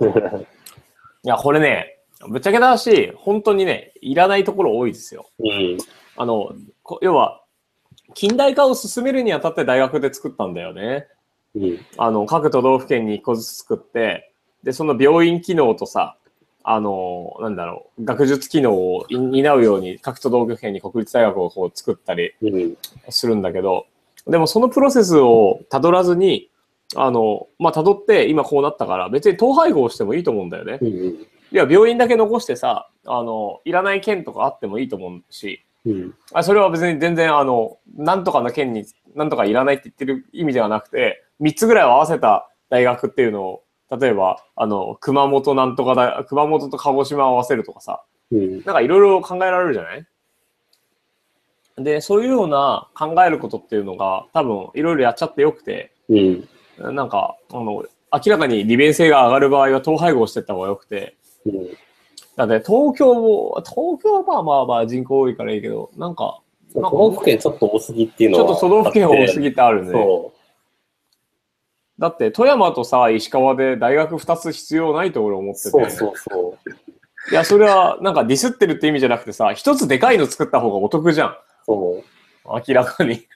[SPEAKER 2] いや、これね、ぶっちゃけた話、本当にね、いらないところ多いですよ。
[SPEAKER 3] うん。
[SPEAKER 2] あの、こ要は、近代化を進めるにあたって大学で作ったんだよね。
[SPEAKER 3] うん。
[SPEAKER 2] あの、各都道府県に一個ずつ作って、で、その病院機能とさ、あの、なんだろう、学術機能を担うように各都道府県に国立大学をこう作ったり、
[SPEAKER 3] うん。
[SPEAKER 2] するんだけど、でもそのプロセスをたどらずに、あの、まあ、たどって今こうなったから、別に統廃合してもいいと思うんだよね。
[SPEAKER 3] うん。
[SPEAKER 2] いや、病院だけ残してさ、あの、いらない県とかあってもいいと思うし、
[SPEAKER 3] うん。
[SPEAKER 2] あそれは別に全然、あの、なんとかの県に、なんとかいらないって言ってる意味ではなくて、3つぐらいを合わせた大学っていうのを、例えば、あの、熊本なんとかだ、熊本と鹿児島を合わせるとかさ、
[SPEAKER 3] うん。
[SPEAKER 2] なんかいろいろ考えられるじゃないで、そういうような考えることっていうのが多分いろいろやっちゃってよくて、
[SPEAKER 3] うん。
[SPEAKER 2] なんか、あの、明らかに利便性が上がる場合は統廃合してった方がよくて、
[SPEAKER 3] うん。
[SPEAKER 2] だって東京も、東京はまあまあまあ人口多いからいいけど、なんか、
[SPEAKER 3] 都道府県ちょっと多すぎっていう
[SPEAKER 2] ち
[SPEAKER 3] のは
[SPEAKER 2] ょっと都道府県多すぎってあるね。
[SPEAKER 3] そ
[SPEAKER 2] だって富山とさ、石川で大学2つ必要ないと俺思っ
[SPEAKER 3] う。
[SPEAKER 2] てて。
[SPEAKER 3] そうそうそ
[SPEAKER 2] いや、それはなんかディスってるって意味じゃなくてさ、一つでかいの作った方がお得じゃん。
[SPEAKER 3] う。そう。
[SPEAKER 2] 明らかに。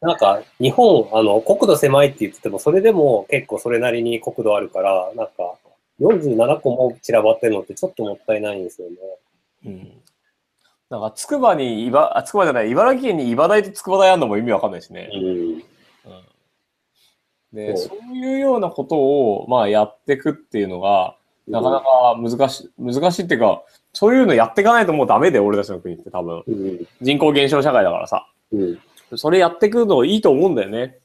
[SPEAKER 3] なんか、日本、あの、国土狭いって言ってても、それでも結構それなりに国土あるから、なんか、47個も散らばってるのってちょっともったいないんですよね。
[SPEAKER 2] うんなんか、つくばに、茨、あ、つくばじゃない、茨城県に茨城とつくば大あるのも意味わかんないしね。
[SPEAKER 3] うん。
[SPEAKER 2] で、
[SPEAKER 3] そ
[SPEAKER 2] そういうようなことを、まあ、やっていくっていうのが、なかなか難しい、難しいっていうか、そういうのやっていかないともうダメで、俺たちの国って多分。
[SPEAKER 3] うん。
[SPEAKER 2] 人口減少社会だからさ。
[SPEAKER 3] うん。
[SPEAKER 2] それやっていくのいいと思うんだよね。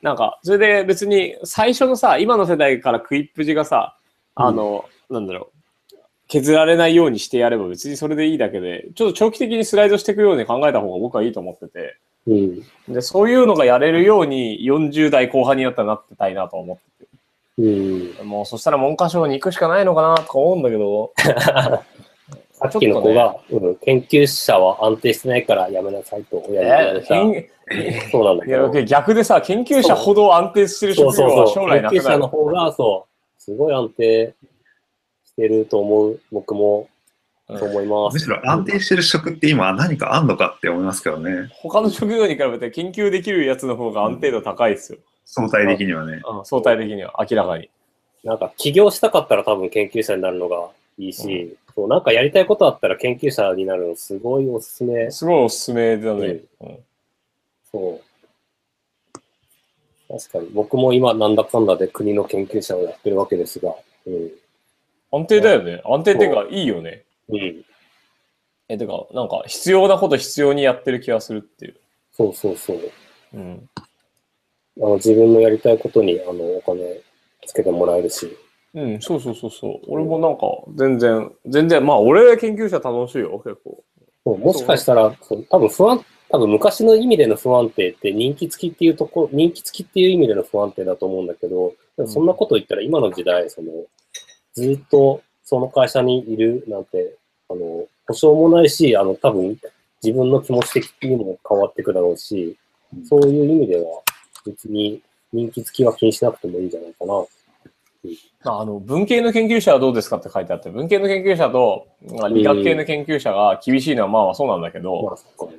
[SPEAKER 2] なんか、それで別に、最初のさ、今の世代から食いっぷじがさ、あの、なんだろう。削られないようにしてやれば別にそれでいいだけで、ちょっと長期的にスライドしていくように考えた方が僕はいいと思ってて、
[SPEAKER 3] うん。
[SPEAKER 2] で、そういうのがやれるように40代後半になったらなってたいなと思ってて。
[SPEAKER 3] うん。
[SPEAKER 2] もうそしたら文科省に行くしかないのかなとか思うんだけど。
[SPEAKER 3] [LAUGHS] さっきの子が、うん、研究者は安定してないからやめなさいと親に言わ
[SPEAKER 2] え
[SPEAKER 3] れた。
[SPEAKER 2] ー
[SPEAKER 3] そうなんだ
[SPEAKER 2] い
[SPEAKER 3] け
[SPEAKER 2] や
[SPEAKER 3] ど。
[SPEAKER 2] 逆でさ、研究者ほど安定してる職
[SPEAKER 3] そうそ
[SPEAKER 2] 業
[SPEAKER 3] う
[SPEAKER 2] は
[SPEAKER 3] そ
[SPEAKER 2] 将
[SPEAKER 3] う。
[SPEAKER 2] 来
[SPEAKER 3] 研
[SPEAKER 2] なく
[SPEAKER 3] 究
[SPEAKER 2] な
[SPEAKER 3] 者
[SPEAKER 2] る
[SPEAKER 3] の。方が、そう、すごい安定してると思う。僕も、そう思います。
[SPEAKER 1] むしろ安定してる職って今何かあんのかって思いますけどね。
[SPEAKER 2] 他の職業に比べて研究できるやつの方が安定度高いですよ。
[SPEAKER 1] 相対的にはね。
[SPEAKER 2] うん相対的には明らかに。
[SPEAKER 3] なんか起業したかったら多分研究者になるのがいいし、そうなんかやりたいことあったら研究者になるのすごいおすすめ。
[SPEAKER 2] すごいおすすめだね。うん
[SPEAKER 3] そう。確かに。僕も今なんだかんだで国の研究者をやってるわけですが、うん。
[SPEAKER 2] 安定だよね。安定っていうか、いいよね。
[SPEAKER 3] うん。
[SPEAKER 2] え、てか、なんか、必要なこと必要にやってる気がするっていう。
[SPEAKER 3] そうそうそう。
[SPEAKER 2] うん。
[SPEAKER 3] あの自分のやりたいことにあのお金つけてもらえるし。
[SPEAKER 2] うん、そうそうそうそう。俺もなんか、全然、全然、まあ、俺研究者楽しいよ、結構。
[SPEAKER 3] そうもしかしたら、そう多分不安、多分昔の意味での不安定って人気付きっていうとこ、人気付きっていう意味での不安定だと思うんだけど、でもそんなこと言ったら今の時代、その、ずっとその会社にいるなんて、あの、保証もないし、あの、多分自分の気持ち的にも変わってくだろうし、そういう意味では別に人気付きは気にしなくてもいいんじゃないかな。
[SPEAKER 2] まあ、あの、文系の研究者はどうですかって書いてあって、文系の研究者と、まあ、理学系の研究者が厳しいのはまあまあそうなんだけど、
[SPEAKER 3] まあ、そこはね。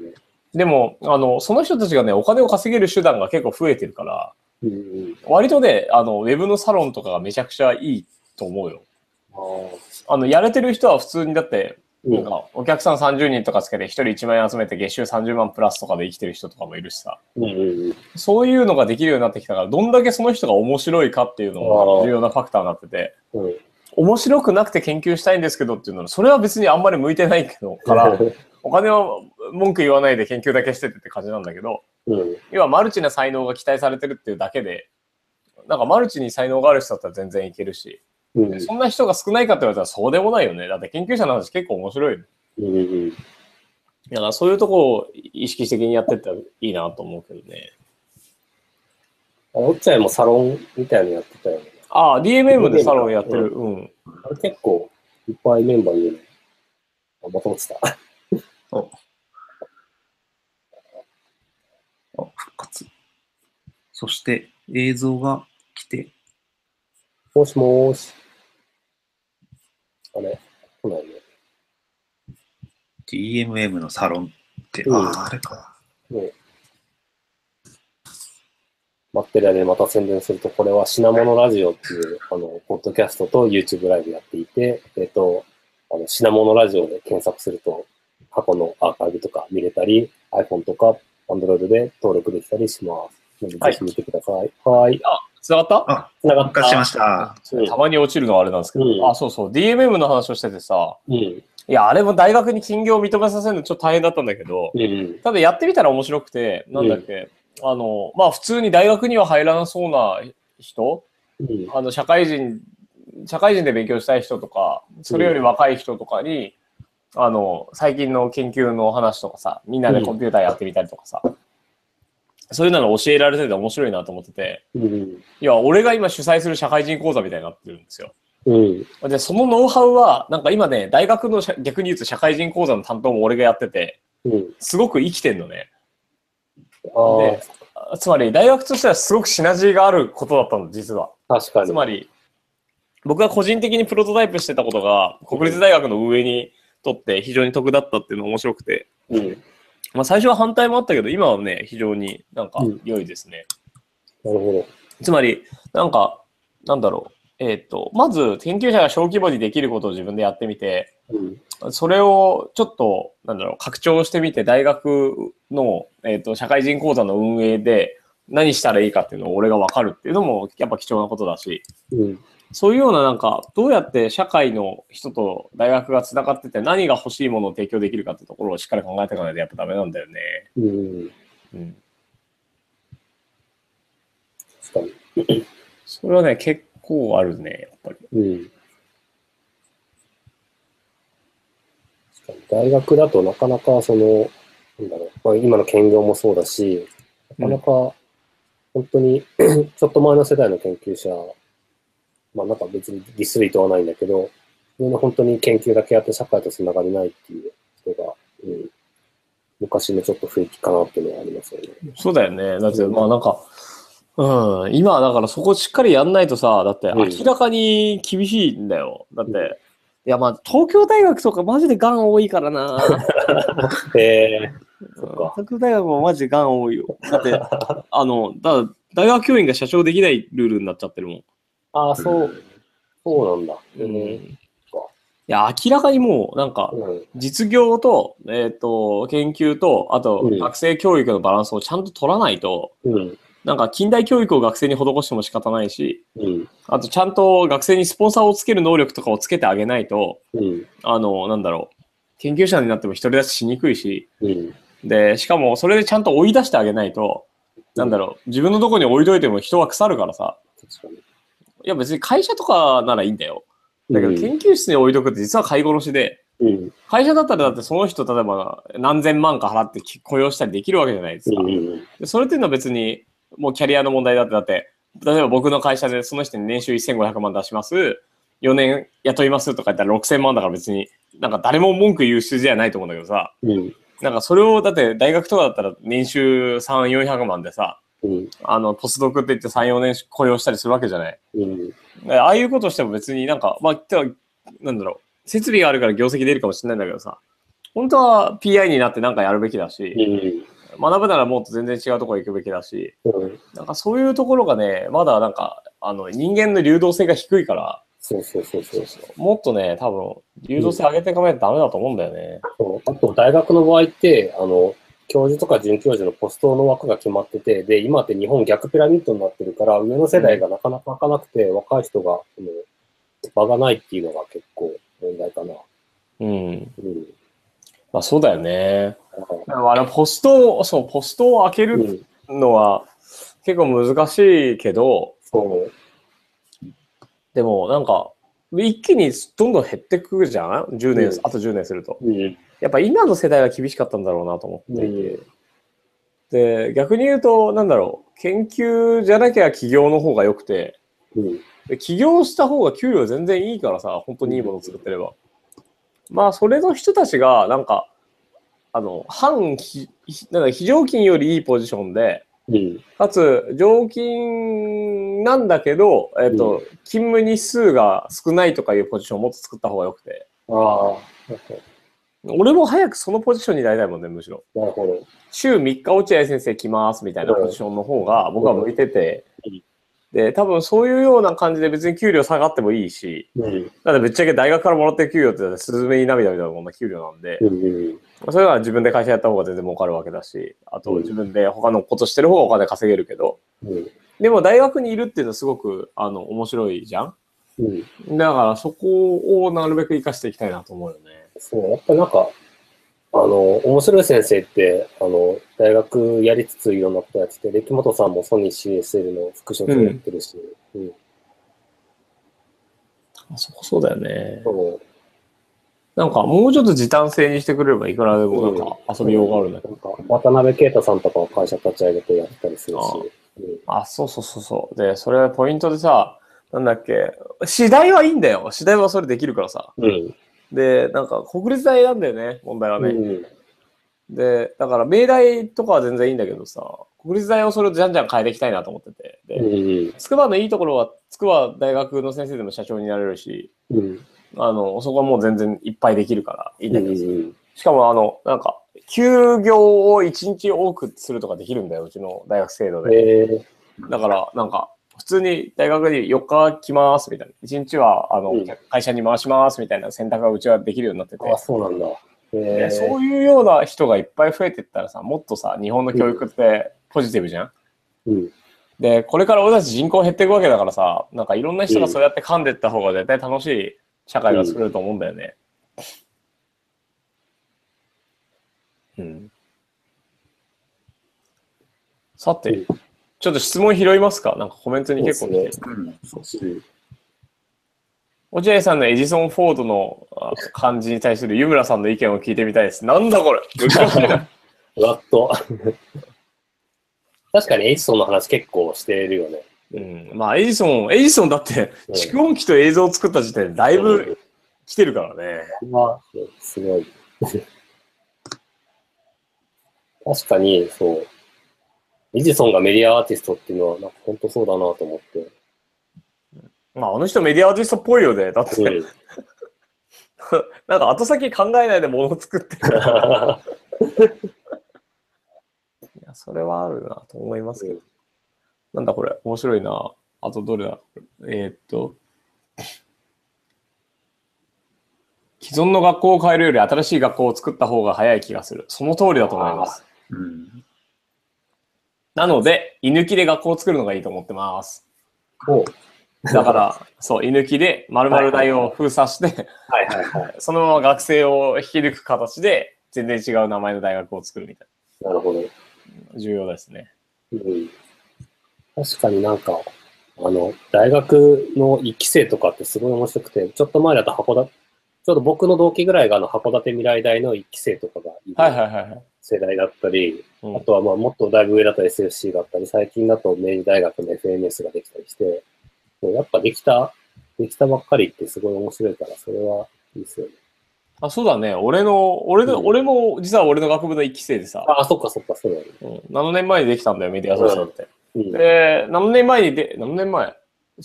[SPEAKER 2] でも、あの、その人たちがね、お金を稼げる手段が結構増えてるから、
[SPEAKER 3] うんうん。
[SPEAKER 2] 割とね、あの、ウェブのサロンとかがめちゃくちゃいいと思うよ。
[SPEAKER 3] ああ。
[SPEAKER 2] あの、やれてる人は普通にだって、
[SPEAKER 3] う
[SPEAKER 2] なん
[SPEAKER 3] ん。
[SPEAKER 2] か、お客さん30人とかつけて、1人1万円集めて、月収30万プラスとかで生きてる人とかもいるしさ、
[SPEAKER 3] うんうんうん。
[SPEAKER 2] そういうのができるようになってきたから、どんだけその人が面白いかっていうの
[SPEAKER 3] あ
[SPEAKER 2] が
[SPEAKER 3] ー
[SPEAKER 2] 重要なファクターになってて、
[SPEAKER 3] うん。
[SPEAKER 2] 面白くなくて研究したいんですけどっていうのは、それは別にあんまり向いてないけ [LAUGHS] ど、から、お金は文句言わないで研究だけしててって感じなんだけど、
[SPEAKER 3] うん。
[SPEAKER 2] 要はマルチな才能が期待されてるっていうだけで、なんかマルチに才能がある人だったら全然いけるし、
[SPEAKER 3] うん。
[SPEAKER 2] そんな人が少ないかって言われたらそうでもないよね。だって研究者の話結構面白いよね。
[SPEAKER 3] うんうん。
[SPEAKER 2] だからそういうとこを意識的にやってったらいいなと思うけどね。
[SPEAKER 3] あおっちゃんもサロンみたいなのやってたよね。
[SPEAKER 2] ああ、DMM でサロンやってる。うん。
[SPEAKER 3] あれ結構いっぱいメンバーいるね。あ、また落ちた。 [LAUGHS]
[SPEAKER 1] あ復活。そして映像が来て、
[SPEAKER 3] もしもーし。あれ来ないね。
[SPEAKER 1] DMM のサロンって、
[SPEAKER 3] うん
[SPEAKER 1] ああ、あれか。
[SPEAKER 3] 待ってる間にまた宣伝すると、これは品物ラジオっていう、あの、ポッドキャストと YouTube ライブやっていて、えっと、あの、品物ラジオで検索すると、過去のアーカイブとか見れたり、iPhone とか Android で登録できたりします。ぜひ見てください。はい。
[SPEAKER 2] 繋がった
[SPEAKER 1] あ、
[SPEAKER 3] つながっ
[SPEAKER 1] 復活しま
[SPEAKER 3] た。
[SPEAKER 1] した。
[SPEAKER 3] うん
[SPEAKER 2] たまに落ちるのはあれなんですけど、
[SPEAKER 3] うん
[SPEAKER 2] あ、そうそう、DMM の話をしててさ、
[SPEAKER 3] うん。
[SPEAKER 2] いや、あれも大学に金業を認めさせるのちょっと大変だったんだけど、
[SPEAKER 3] うんうん。
[SPEAKER 2] ただやってみたら面白くて、なんだっけ、あの、まあ普通に大学には入らなそうな人、
[SPEAKER 3] うん。
[SPEAKER 2] あの社会人、社会人で勉強したい人とか、それより若い人とかに、あの、最近の研究の話とかさ、みんなでコンピューターやってみたりとかさ、そういうのを教えられてて面白いなと思ってて、
[SPEAKER 3] うん。
[SPEAKER 2] いや、俺が今主催する社会人講座みたいになってるんですよ。
[SPEAKER 3] うん。
[SPEAKER 2] で、そのノウハウは、なんか今ね、大学の社逆に言うと社会人講座の担当も俺がやってて、
[SPEAKER 3] うん。
[SPEAKER 2] すごく生きてんのね。
[SPEAKER 3] ああ、
[SPEAKER 2] でつまり大学としてはすごくシナジーがあることだったの実は
[SPEAKER 3] 確かに。
[SPEAKER 2] つまり僕が個人的にプロトタイプしてたことが国立大学の上にとって非常に得だったっていうのが面白くて、
[SPEAKER 3] うん。
[SPEAKER 2] まあ、最初は反対もあったけど今はね非常になんか良いですね、
[SPEAKER 3] なるほ
[SPEAKER 2] つまりなんかなんだろうえっ、とまず研究者が小規模にできることを自分でやってみて
[SPEAKER 3] ど。うん。
[SPEAKER 2] それをちょっと、なんだろう、拡張してみて、大学の、えっと社会人講座の運営で何したらいいかっていうのを俺が分かるっていうのもやっぱ貴重なことだし、
[SPEAKER 3] うん。
[SPEAKER 2] そういうようななんか、どうやって社会の人と大学がつながってて何が欲しいものを提供できるかってところをしっかり考えていかないとやっぱダメなんだよね。
[SPEAKER 3] うん。
[SPEAKER 2] うん。
[SPEAKER 3] 確かに。
[SPEAKER 2] それはね、結構あるね、やっぱり。
[SPEAKER 3] うん。確かに大学だとなかなかその、なんだろう、まあ、今の兼業もそうだ [CLEARS THROAT] し、なかなか、本当にちょっと前の世代の研究者まあなんか別にディスる意図はないんだけど、みんな本当に研究だけやって社会とつながりないっていう人が、うん、昔のちょっと雰囲気かなっていうのはありますよね。
[SPEAKER 2] そうだよね。だって、まあなんか、うん、今はだからそこしっかりやんないとさ、だって
[SPEAKER 3] うん
[SPEAKER 2] 明らかに厳しいんだよ。だって、いやまあ東京大学とかマジでガン多いからな。
[SPEAKER 3] えっか
[SPEAKER 2] 東京大学もマジでガン多いよ。だって、あの、だ大学教員が社長できないルールになっちゃってるもん。
[SPEAKER 3] ああ、そう、そうなんだ。
[SPEAKER 2] うん
[SPEAKER 3] うん
[SPEAKER 2] いや、明らかにもう、なんか、
[SPEAKER 3] うん
[SPEAKER 2] 実業と、えっ、と、研究と、あと、
[SPEAKER 3] うん
[SPEAKER 2] 学生教育のバランスをちゃんと取らないと、
[SPEAKER 3] うん。
[SPEAKER 2] なんか、近代教育を学生に施しても仕方ないし、
[SPEAKER 3] うん。
[SPEAKER 2] あと、ちゃんと学生にスポンサーをつける能力とかをつけてあげないと、
[SPEAKER 3] うん。
[SPEAKER 2] あの、なんだろう、研究者になっても独り立ちしにくいし、
[SPEAKER 3] うん。
[SPEAKER 2] で、しかも、それでちゃんと追い出してあげないと、なんだろう、自分のとこに置いといても人は腐るからさ、
[SPEAKER 3] 確かに。
[SPEAKER 2] いや、別に会社とかならいいんだよ。だけど、研究室に置いとくって実は買い殺しで、
[SPEAKER 3] うん。
[SPEAKER 2] 会社だったらだってその人、例えば何千万か払って雇用したりできるわけじゃないですか。
[SPEAKER 3] うん。
[SPEAKER 2] でそれっていうのは別に、もうキャリアの問題だって、だって、例えば僕の会社でその人に年収1500万出します、4年雇いますとか言ったら6000万だから別に、なんか誰も文句言う数字じゃないと思うんだけどさ、
[SPEAKER 3] うん。
[SPEAKER 2] なんかそれをだって大学とかだったら年収3、400万でさ、
[SPEAKER 3] うん。
[SPEAKER 2] あの、ポスドクって言って3、4年雇用したりするわけじゃない。
[SPEAKER 3] うん。
[SPEAKER 2] だからああいうことしても別になんか、まあ、てはなんだろう、設備があるから業績出るかもしれないんだけどさ、本当は PI になってなんかやるべきだし、
[SPEAKER 3] うん。
[SPEAKER 2] 学ぶならもっと全然違うところ行くべきだし、
[SPEAKER 3] うん。
[SPEAKER 2] なんかそういうところがね、まだなんか、あの、人間の流動性が低いから、
[SPEAKER 3] そうそうそうそう。
[SPEAKER 2] もっとね、多分、流動性上げていかないとダメだと思うんだよね。
[SPEAKER 3] そうあと、大学の場合って、あの、教授とか准教授のポストの枠が決まってて、で、今って日本逆ピラミッドになってるから、上の世代がなかなか開かなくて、若い人が、その場がないっていうのが結構問題かな。
[SPEAKER 2] うん。
[SPEAKER 3] うん。
[SPEAKER 2] まあそうだよね。
[SPEAKER 3] だから
[SPEAKER 2] だからあれ、ポストを、そう、ポストを開け
[SPEAKER 3] う
[SPEAKER 2] る
[SPEAKER 3] ん。
[SPEAKER 2] のは結構難しいけど、
[SPEAKER 3] そう。
[SPEAKER 2] でもなんか一気にどんどん減ってくるじゃん10年、
[SPEAKER 3] うん
[SPEAKER 2] あと10年すると
[SPEAKER 3] うん。
[SPEAKER 2] やっぱ今の世代は厳しかったんだろうなと思っていて、
[SPEAKER 3] う
[SPEAKER 2] で逆に言うとなんだろう研究じゃなきゃ起業の方が良くて
[SPEAKER 3] うん。
[SPEAKER 2] で起業した方が給料全然いいからさ本当にいいものを作ってれば、まあそれの人たちがなんかあの反ひひなんだ非常勤よりいいポジションで
[SPEAKER 3] うん。
[SPEAKER 2] かつ、常勤なんだけど、えっ、と、勤務日数が少ないとかいうポジションをもっと作った方が良くて。
[SPEAKER 3] ああ。
[SPEAKER 2] 俺も早くそのポジションになりたいもんね、むしろ。
[SPEAKER 3] なるほど。
[SPEAKER 2] 週3日落合先生来ますみたいなポジションの方が僕は向いてて
[SPEAKER 3] うん。
[SPEAKER 2] で、多分そういうような感じで別に給料下がってもいいし、
[SPEAKER 3] うん。
[SPEAKER 2] だってぶっちゃけ大学からもらってる給料ってだってスズメに涙みたいなもんな給料なんで、
[SPEAKER 3] うん。うん。
[SPEAKER 2] それは自分で会社やった方が全然儲かるわけだし、あと自分で他のことしてる方がお金稼げるけど、
[SPEAKER 3] うん。
[SPEAKER 2] でも大学にいるっていうのはすごくあの面白いじゃん
[SPEAKER 3] うん。
[SPEAKER 2] だからそこをなるべく生かしていきたいなと思うよね。
[SPEAKER 3] そう、やっぱなんか、あの、面白い先生って、あの、大学やりつついろんなことやってて、で、木本さんもソニー CSL の副所長やってるし、うん。
[SPEAKER 2] あそこそうだよね。
[SPEAKER 3] そう
[SPEAKER 2] なんかもうちょっと時短制にしてくれればいくらでもなんか遊びようがあるんだけど。
[SPEAKER 3] なんか、渡辺啓太さんとかは会社立ち上げてやってたりするし
[SPEAKER 2] あ、あ、そうそうそうそう。で、それポイントでさ、なんだっけ、次第はいいんだよ。次第はそれできるからさ。
[SPEAKER 3] うん。
[SPEAKER 2] で、なんか国立大なんだよね、問題は
[SPEAKER 3] う
[SPEAKER 2] ね。
[SPEAKER 3] ん。
[SPEAKER 2] で、だから明大とかは全然いいんだけどさ、国立大をそれをじゃんじゃん変えていきたいなと思ってて。で、
[SPEAKER 3] うん。
[SPEAKER 2] 筑波のいいところは、筑波大学の先生でも社長になれるし、
[SPEAKER 3] うん。
[SPEAKER 2] あの、そこはもう全然いっぱいできるから、いいんだ
[SPEAKER 3] う
[SPEAKER 2] けど、
[SPEAKER 3] ん。
[SPEAKER 2] しかも、あの、なんか、休業を1日多くするとかできるんだよ、うちの大学制度で。
[SPEAKER 3] え
[SPEAKER 2] だから、なんか、普通に大学に4日来ますみたいな、1日はあの、
[SPEAKER 3] うん
[SPEAKER 2] 会社に回しますみたいな選択がうちはできるようになってて
[SPEAKER 3] ー、あ、、そうなんだ。え
[SPEAKER 2] で
[SPEAKER 3] ー、
[SPEAKER 2] そういうような人がいっぱい増えてったらさ、もっとさ、日本の教育ってポジティブじゃん
[SPEAKER 3] うん。
[SPEAKER 2] で、これから俺たち人口減っていくわけだからさ、なんかいろんな人がそうやって噛んでった方が絶対楽しい社会が作れると思うんだよね。うん。さて、
[SPEAKER 3] うん
[SPEAKER 2] ちょっと質問拾いますかなんかコメントに結構来てる
[SPEAKER 3] そ
[SPEAKER 1] うん、そうそう
[SPEAKER 2] 落合さんのエジソン・フォードのあ感じに対する湯村さんの意見を聞いてみたいです。なんだ
[SPEAKER 3] [LAUGHS]
[SPEAKER 2] これ難しいな
[SPEAKER 3] うわっと。確かにエジソンの話結構してるよね。
[SPEAKER 2] うん、まあ、エジソン、エジソンだって、
[SPEAKER 3] うん
[SPEAKER 2] 蓄音機と映像を作った時点でだいぶ来てるからね。
[SPEAKER 3] これは、すごい。確かに、そう。エジソンがメディアアーティストっていうのは、なんか本当そうだなと思って。
[SPEAKER 2] まあ、あの人メディアアーティストっぽいよね。だって、
[SPEAKER 3] うん
[SPEAKER 2] [LAUGHS] なんか後先考えないで物を作ってる。いや、それはあるなと思いますけど。なんだこれ、面白いな。あとどれだえーっと。既存の学校を変えるより新しい学校を作った方が早い気がする。その通りだと思います。
[SPEAKER 1] うん。
[SPEAKER 2] なので、居抜きで学校を作るのがいいと思ってます。
[SPEAKER 3] お
[SPEAKER 2] だから、そう、居抜きで丸々台を封鎖して、
[SPEAKER 3] はいはいはい。
[SPEAKER 2] そのまま学生を引き抜く形で、全然違う名前の大学を作るみたい
[SPEAKER 3] なるほど。
[SPEAKER 2] な。重要ですね。
[SPEAKER 3] うん確かになんか、あの、大学の1期生とかってすごい面白くて、ちょっと前だと函館、ちょうど僕の同期ぐらいがあの函館未来大の1期生とかが
[SPEAKER 2] はい
[SPEAKER 3] い
[SPEAKER 2] は
[SPEAKER 3] る
[SPEAKER 2] いはいはい。
[SPEAKER 3] 世代だったり、
[SPEAKER 2] うん
[SPEAKER 3] あとはまあもっとだいぶ上だったら SFC だったり、最近だと明治大学の FMS ができたりして、もうやっぱできた、できたばっかりってすごい面白いから、それはいいですよね。
[SPEAKER 2] あ、そうだね。俺の、俺の、
[SPEAKER 3] うん
[SPEAKER 2] 俺も、実は俺の学部の一期生でさ、
[SPEAKER 3] ああ、そっかそっか、そうだよね。
[SPEAKER 2] うん、7年前にできたんだよ、メディアソーシャルって。
[SPEAKER 3] うん
[SPEAKER 2] で、7年前にで、何年前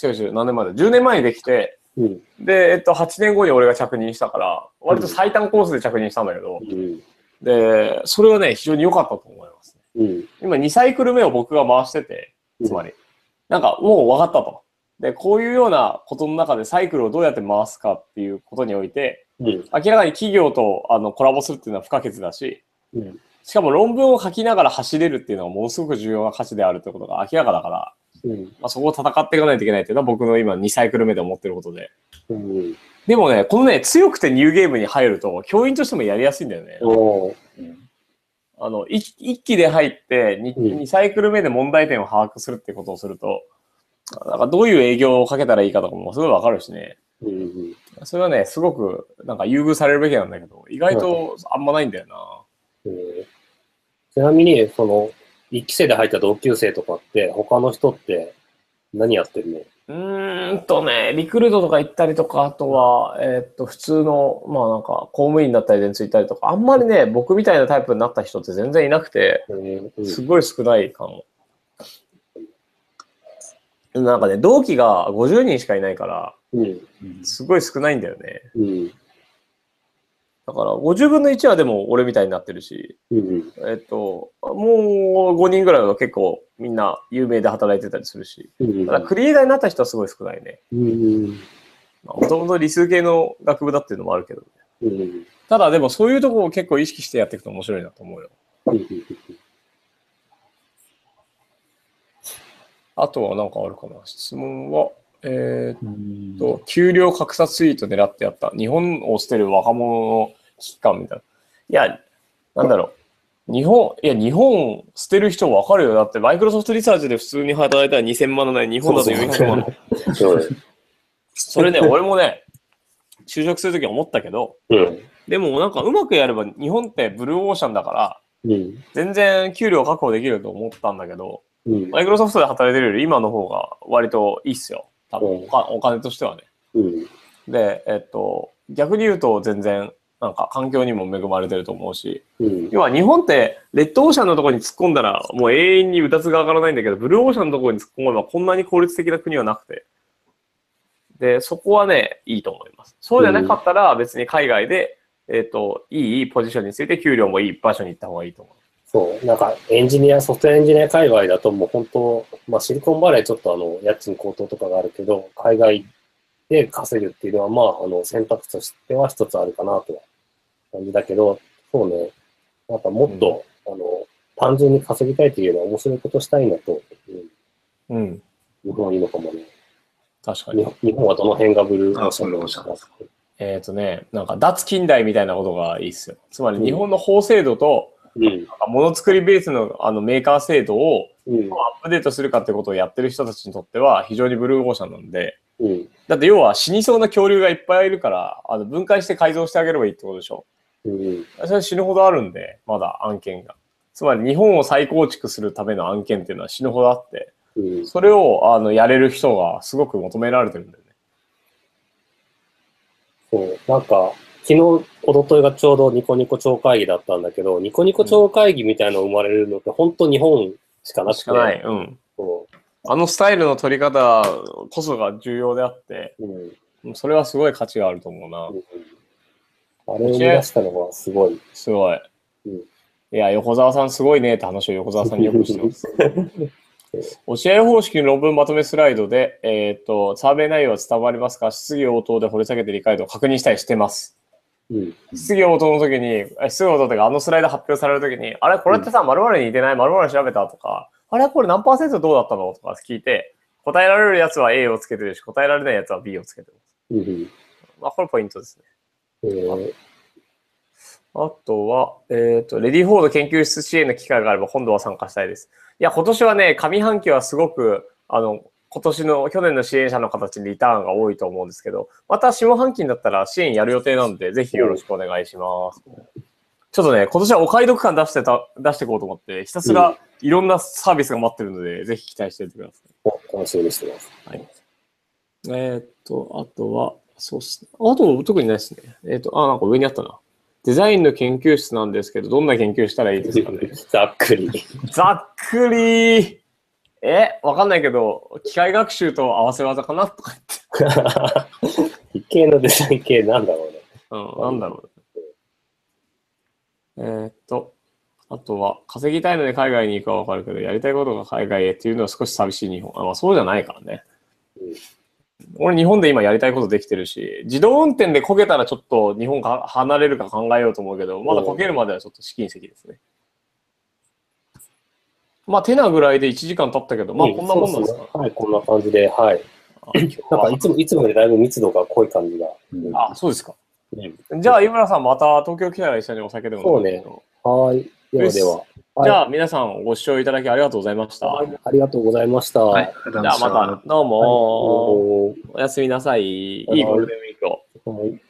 [SPEAKER 2] 違う違う、何年前だ ?10 年前にできて、
[SPEAKER 3] うん。
[SPEAKER 2] で、えっと、8年後に俺が着任したから、割と最短コースで着任したんだけど、
[SPEAKER 3] うん。
[SPEAKER 2] で、それはね、非常に良かったと思います、
[SPEAKER 3] うん。
[SPEAKER 2] 今、2サイクル目を僕が回してて、つまり、なんか、もう分かったと。で、こういうようなことの中でサイクルをどうやって回すかっていうことにおいて、
[SPEAKER 3] うん。
[SPEAKER 2] 明らかに企業とあのコラボするっていうのは不可欠だし、
[SPEAKER 3] うん。
[SPEAKER 2] しかも論文を書きながら走れるっていうのはものすごく重要な価値であるということが明らかだから、
[SPEAKER 3] うん。
[SPEAKER 2] まあ、そこを戦っていかないといけないっていうのは僕の今2サイクル目で思ってることで。
[SPEAKER 3] うん。
[SPEAKER 2] でもね、このね、強くてニューゲームに入ると、教員としてもやりやすいんだよね。
[SPEAKER 3] おー
[SPEAKER 1] うん
[SPEAKER 2] あの、一一期で入って2、
[SPEAKER 3] うん
[SPEAKER 2] 二サイクル目で問題点を把握するってことをすると、なんかどういう営業をかけたらいいかとかもすごいわかるしね。
[SPEAKER 3] うん。うん。
[SPEAKER 2] それはね、すごくなんか優遇されるべきなんだけど、意外とあんまないんだよな。
[SPEAKER 3] えーちなみに、その、1期生で入った同級生とかって、他の人って何やってるの
[SPEAKER 2] うーんとね、リクルートとか行ったりとか、あとは、えーっと、普通の、まあなんか、公務員だったり、電通行ったりとか、あんまりね、僕みたいなタイプになった人って全然いなくて、
[SPEAKER 3] えー
[SPEAKER 2] すごい少ないかも。でもなんかね、同期が50人しかいないから、
[SPEAKER 3] うん。うん。
[SPEAKER 1] うん
[SPEAKER 2] すごい少ないんだよね。
[SPEAKER 3] うん。
[SPEAKER 2] だから、50分の1はでも俺みたいになってるし、
[SPEAKER 3] うん。
[SPEAKER 2] えーっと、もう5人ぐらいは結構みんな有名で働いてたりするし、
[SPEAKER 3] うん。
[SPEAKER 2] ただクリエイターになった人はすごい少ないね。
[SPEAKER 3] うん。
[SPEAKER 2] もともと理数系の学部だっていうのもあるけど。
[SPEAKER 3] うん。
[SPEAKER 2] ただでもそういうところを結構意識してやっていくと面白いなと思うよ。あとはなんかあるかな質問は、えーっ
[SPEAKER 1] うん
[SPEAKER 2] と、給料格差ツイート狙ってやった。日本を捨てる若者の危機感みたいな。いや、なんだろう。日本、いや、日本捨てる人わかるよ。だって、マイクロソフトリサーチで普通に働いたら2000万なのに、日本だと400万なの。
[SPEAKER 3] そうね
[SPEAKER 2] それね、俺もね、就職するとき思ったけど、
[SPEAKER 3] うん。
[SPEAKER 2] でもなんかうまくやれば日本ってブルーオーシャンだから
[SPEAKER 3] うん。
[SPEAKER 2] 全然給料確保できると思ったんだけど
[SPEAKER 3] うん。
[SPEAKER 2] マイクロソフトで働いてるより今の方が割といいっすよ多分
[SPEAKER 3] うん
[SPEAKER 2] おかお金としてはね
[SPEAKER 3] うん。
[SPEAKER 2] でえっと逆に言うと全然なんか環境にも恵まれてると思うし
[SPEAKER 3] うん。
[SPEAKER 2] 要は日本ってレッドオーシャンのところに突っ込んだらもう永遠にうたつが上がらないんだけどブルーオーシャンのところに突っ込めばこんなに効率的な国はなくてでそこはねいいと思いますそうじゃなかったら別に海外で、えっといいポジションについて給料もいい場所に行った方がいいと思
[SPEAKER 3] そう。なんか、エンジニア、ソフトウェアエンジニア界隈だともう本当、まあ、シリコンバレーちょっとあの、家賃高騰とかがあるけど、海外で稼ぐっていうのは、まあ、あの、選択肢としては一つあるかなとは感じだけど、そうね。なんかもっと、あの、単純に稼ぎたいというよりは面白いことしたいんだと、うん
[SPEAKER 2] ううん
[SPEAKER 3] 日本はいいのかもね。
[SPEAKER 2] 確か
[SPEAKER 3] 日
[SPEAKER 2] に
[SPEAKER 3] 本日本はどの辺がブルー
[SPEAKER 1] あそうブルーオーシャン
[SPEAKER 2] えっ、とねなんか脱近代みたいなことがいいっすよつまり日本の法制度と
[SPEAKER 3] うん。
[SPEAKER 2] なんかものづくりベースのあのメーカー制度を
[SPEAKER 3] うん。
[SPEAKER 2] アップデートするかってことをやってる人たちにとっては非常にブルーオーシャンなんで
[SPEAKER 3] うん。
[SPEAKER 2] だって要は死にそうな恐竜がいっぱいいるから、あの分解して改造してあげればいいってことでしょ。
[SPEAKER 3] うん。
[SPEAKER 2] それは死ぬほどあるんで、まだ案件が。つまり日本を再構築するための案件っていうのは死ぬほどあって、
[SPEAKER 3] うん
[SPEAKER 2] それをあのやれる人がすごく求められてるんだよね。
[SPEAKER 3] そう、なんか、昨日、一昨日がちょうどニコニコ超会議だったんだけど、ニコニコ超会議みたいなの生まれるのって本当日本しかなくて。
[SPEAKER 2] しかない。うん。
[SPEAKER 3] そ
[SPEAKER 2] あのスタイルの取り方こそが重要であって、
[SPEAKER 3] う。うん。
[SPEAKER 2] それはすごい価値があると思うな。
[SPEAKER 3] あれを生み出したのはすごい。
[SPEAKER 2] すごい。
[SPEAKER 3] うん
[SPEAKER 2] いや、横澤さんすごいねって話を横澤さんによくしてます。
[SPEAKER 3] [LAUGHS]
[SPEAKER 2] 教え方式の論文まとめスライドで、えーっと、サーベイ内容は伝わりますか質疑応答で掘り下げて理解度を確認したりしてます。
[SPEAKER 3] うん。
[SPEAKER 2] 質疑応答の時に、あ質疑応答というか、あのスライド発表される時に、あれ、これってさ、〇〇に似てない〇〇調べたとか、あれ、これ何パーセントどうだったのとか聞いて、答えられるやつは A をつけてるし、答えられないやつは B をつけてます。
[SPEAKER 3] うん。
[SPEAKER 2] まあ、これポイントですね。
[SPEAKER 3] えー
[SPEAKER 2] あとは、えっ、と、レディフォード研究室支援の機会があれば、今度は参加したいです。いや、今年はね、上半期はすごく、あの、今年の、去年の支援者の形でリターンが多いと思うんですけど、また下半期になったら支援やる予定なんで、ぜひよろしくお願いします。ちょっとね、今年はお買い得感出してた、出していこうと思って、ひたすらいろんなサービスが待ってるので、ぜひ期待しておいてください。
[SPEAKER 3] お楽しみにしてます。。
[SPEAKER 2] えーっと、あとは、そうっすね。あと、特にないですね。えーっと、あ、なんか上にあったな。デザインの研究室なんですけど、どんな研究したらいいですかね
[SPEAKER 3] [LAUGHS] ざっくり。
[SPEAKER 2] ざっくりえ、わかんないけど、機械学習と合わせ技かなとか言って。
[SPEAKER 3] 理系のデザイン系なんだろうね。
[SPEAKER 2] うん、なんだろうね。えーっと、あとは、稼ぎたいので海外に行くはわかるけど、やりたいことが海外へっていうのは少し寂しい日本。あまあ、そうじゃないからね
[SPEAKER 3] うん。
[SPEAKER 2] 俺、日本で今やりたいことできてるし、自動運転でこけたらちょっと日本から離れるか考えようと思うけど、まだこけるまではちょっと試金石ですね。まあ、手なぐらいで1時間経ったけど、まあ、こんなもんなんです
[SPEAKER 3] そう
[SPEAKER 2] か
[SPEAKER 3] すね。はい、こんな感じで、はい。なんかいつも、いつもよりだいぶ密度が濃い感じが。
[SPEAKER 1] うん
[SPEAKER 2] あ、そうですか。
[SPEAKER 3] うん
[SPEAKER 2] じゃあ、井村さん、また東京来たら一緒にお酒でも飲みましょ
[SPEAKER 3] そうはい。ではでは。はい
[SPEAKER 2] じゃあ、皆さんご視聴いただきありがとうございました。じ
[SPEAKER 3] ありがとうございました。
[SPEAKER 1] はい、ありがとうござい
[SPEAKER 2] ゃあ、
[SPEAKER 1] した
[SPEAKER 2] また、どうも、
[SPEAKER 3] お
[SPEAKER 2] おやすみなさい。いいゴールデンウィークを。
[SPEAKER 3] ーはい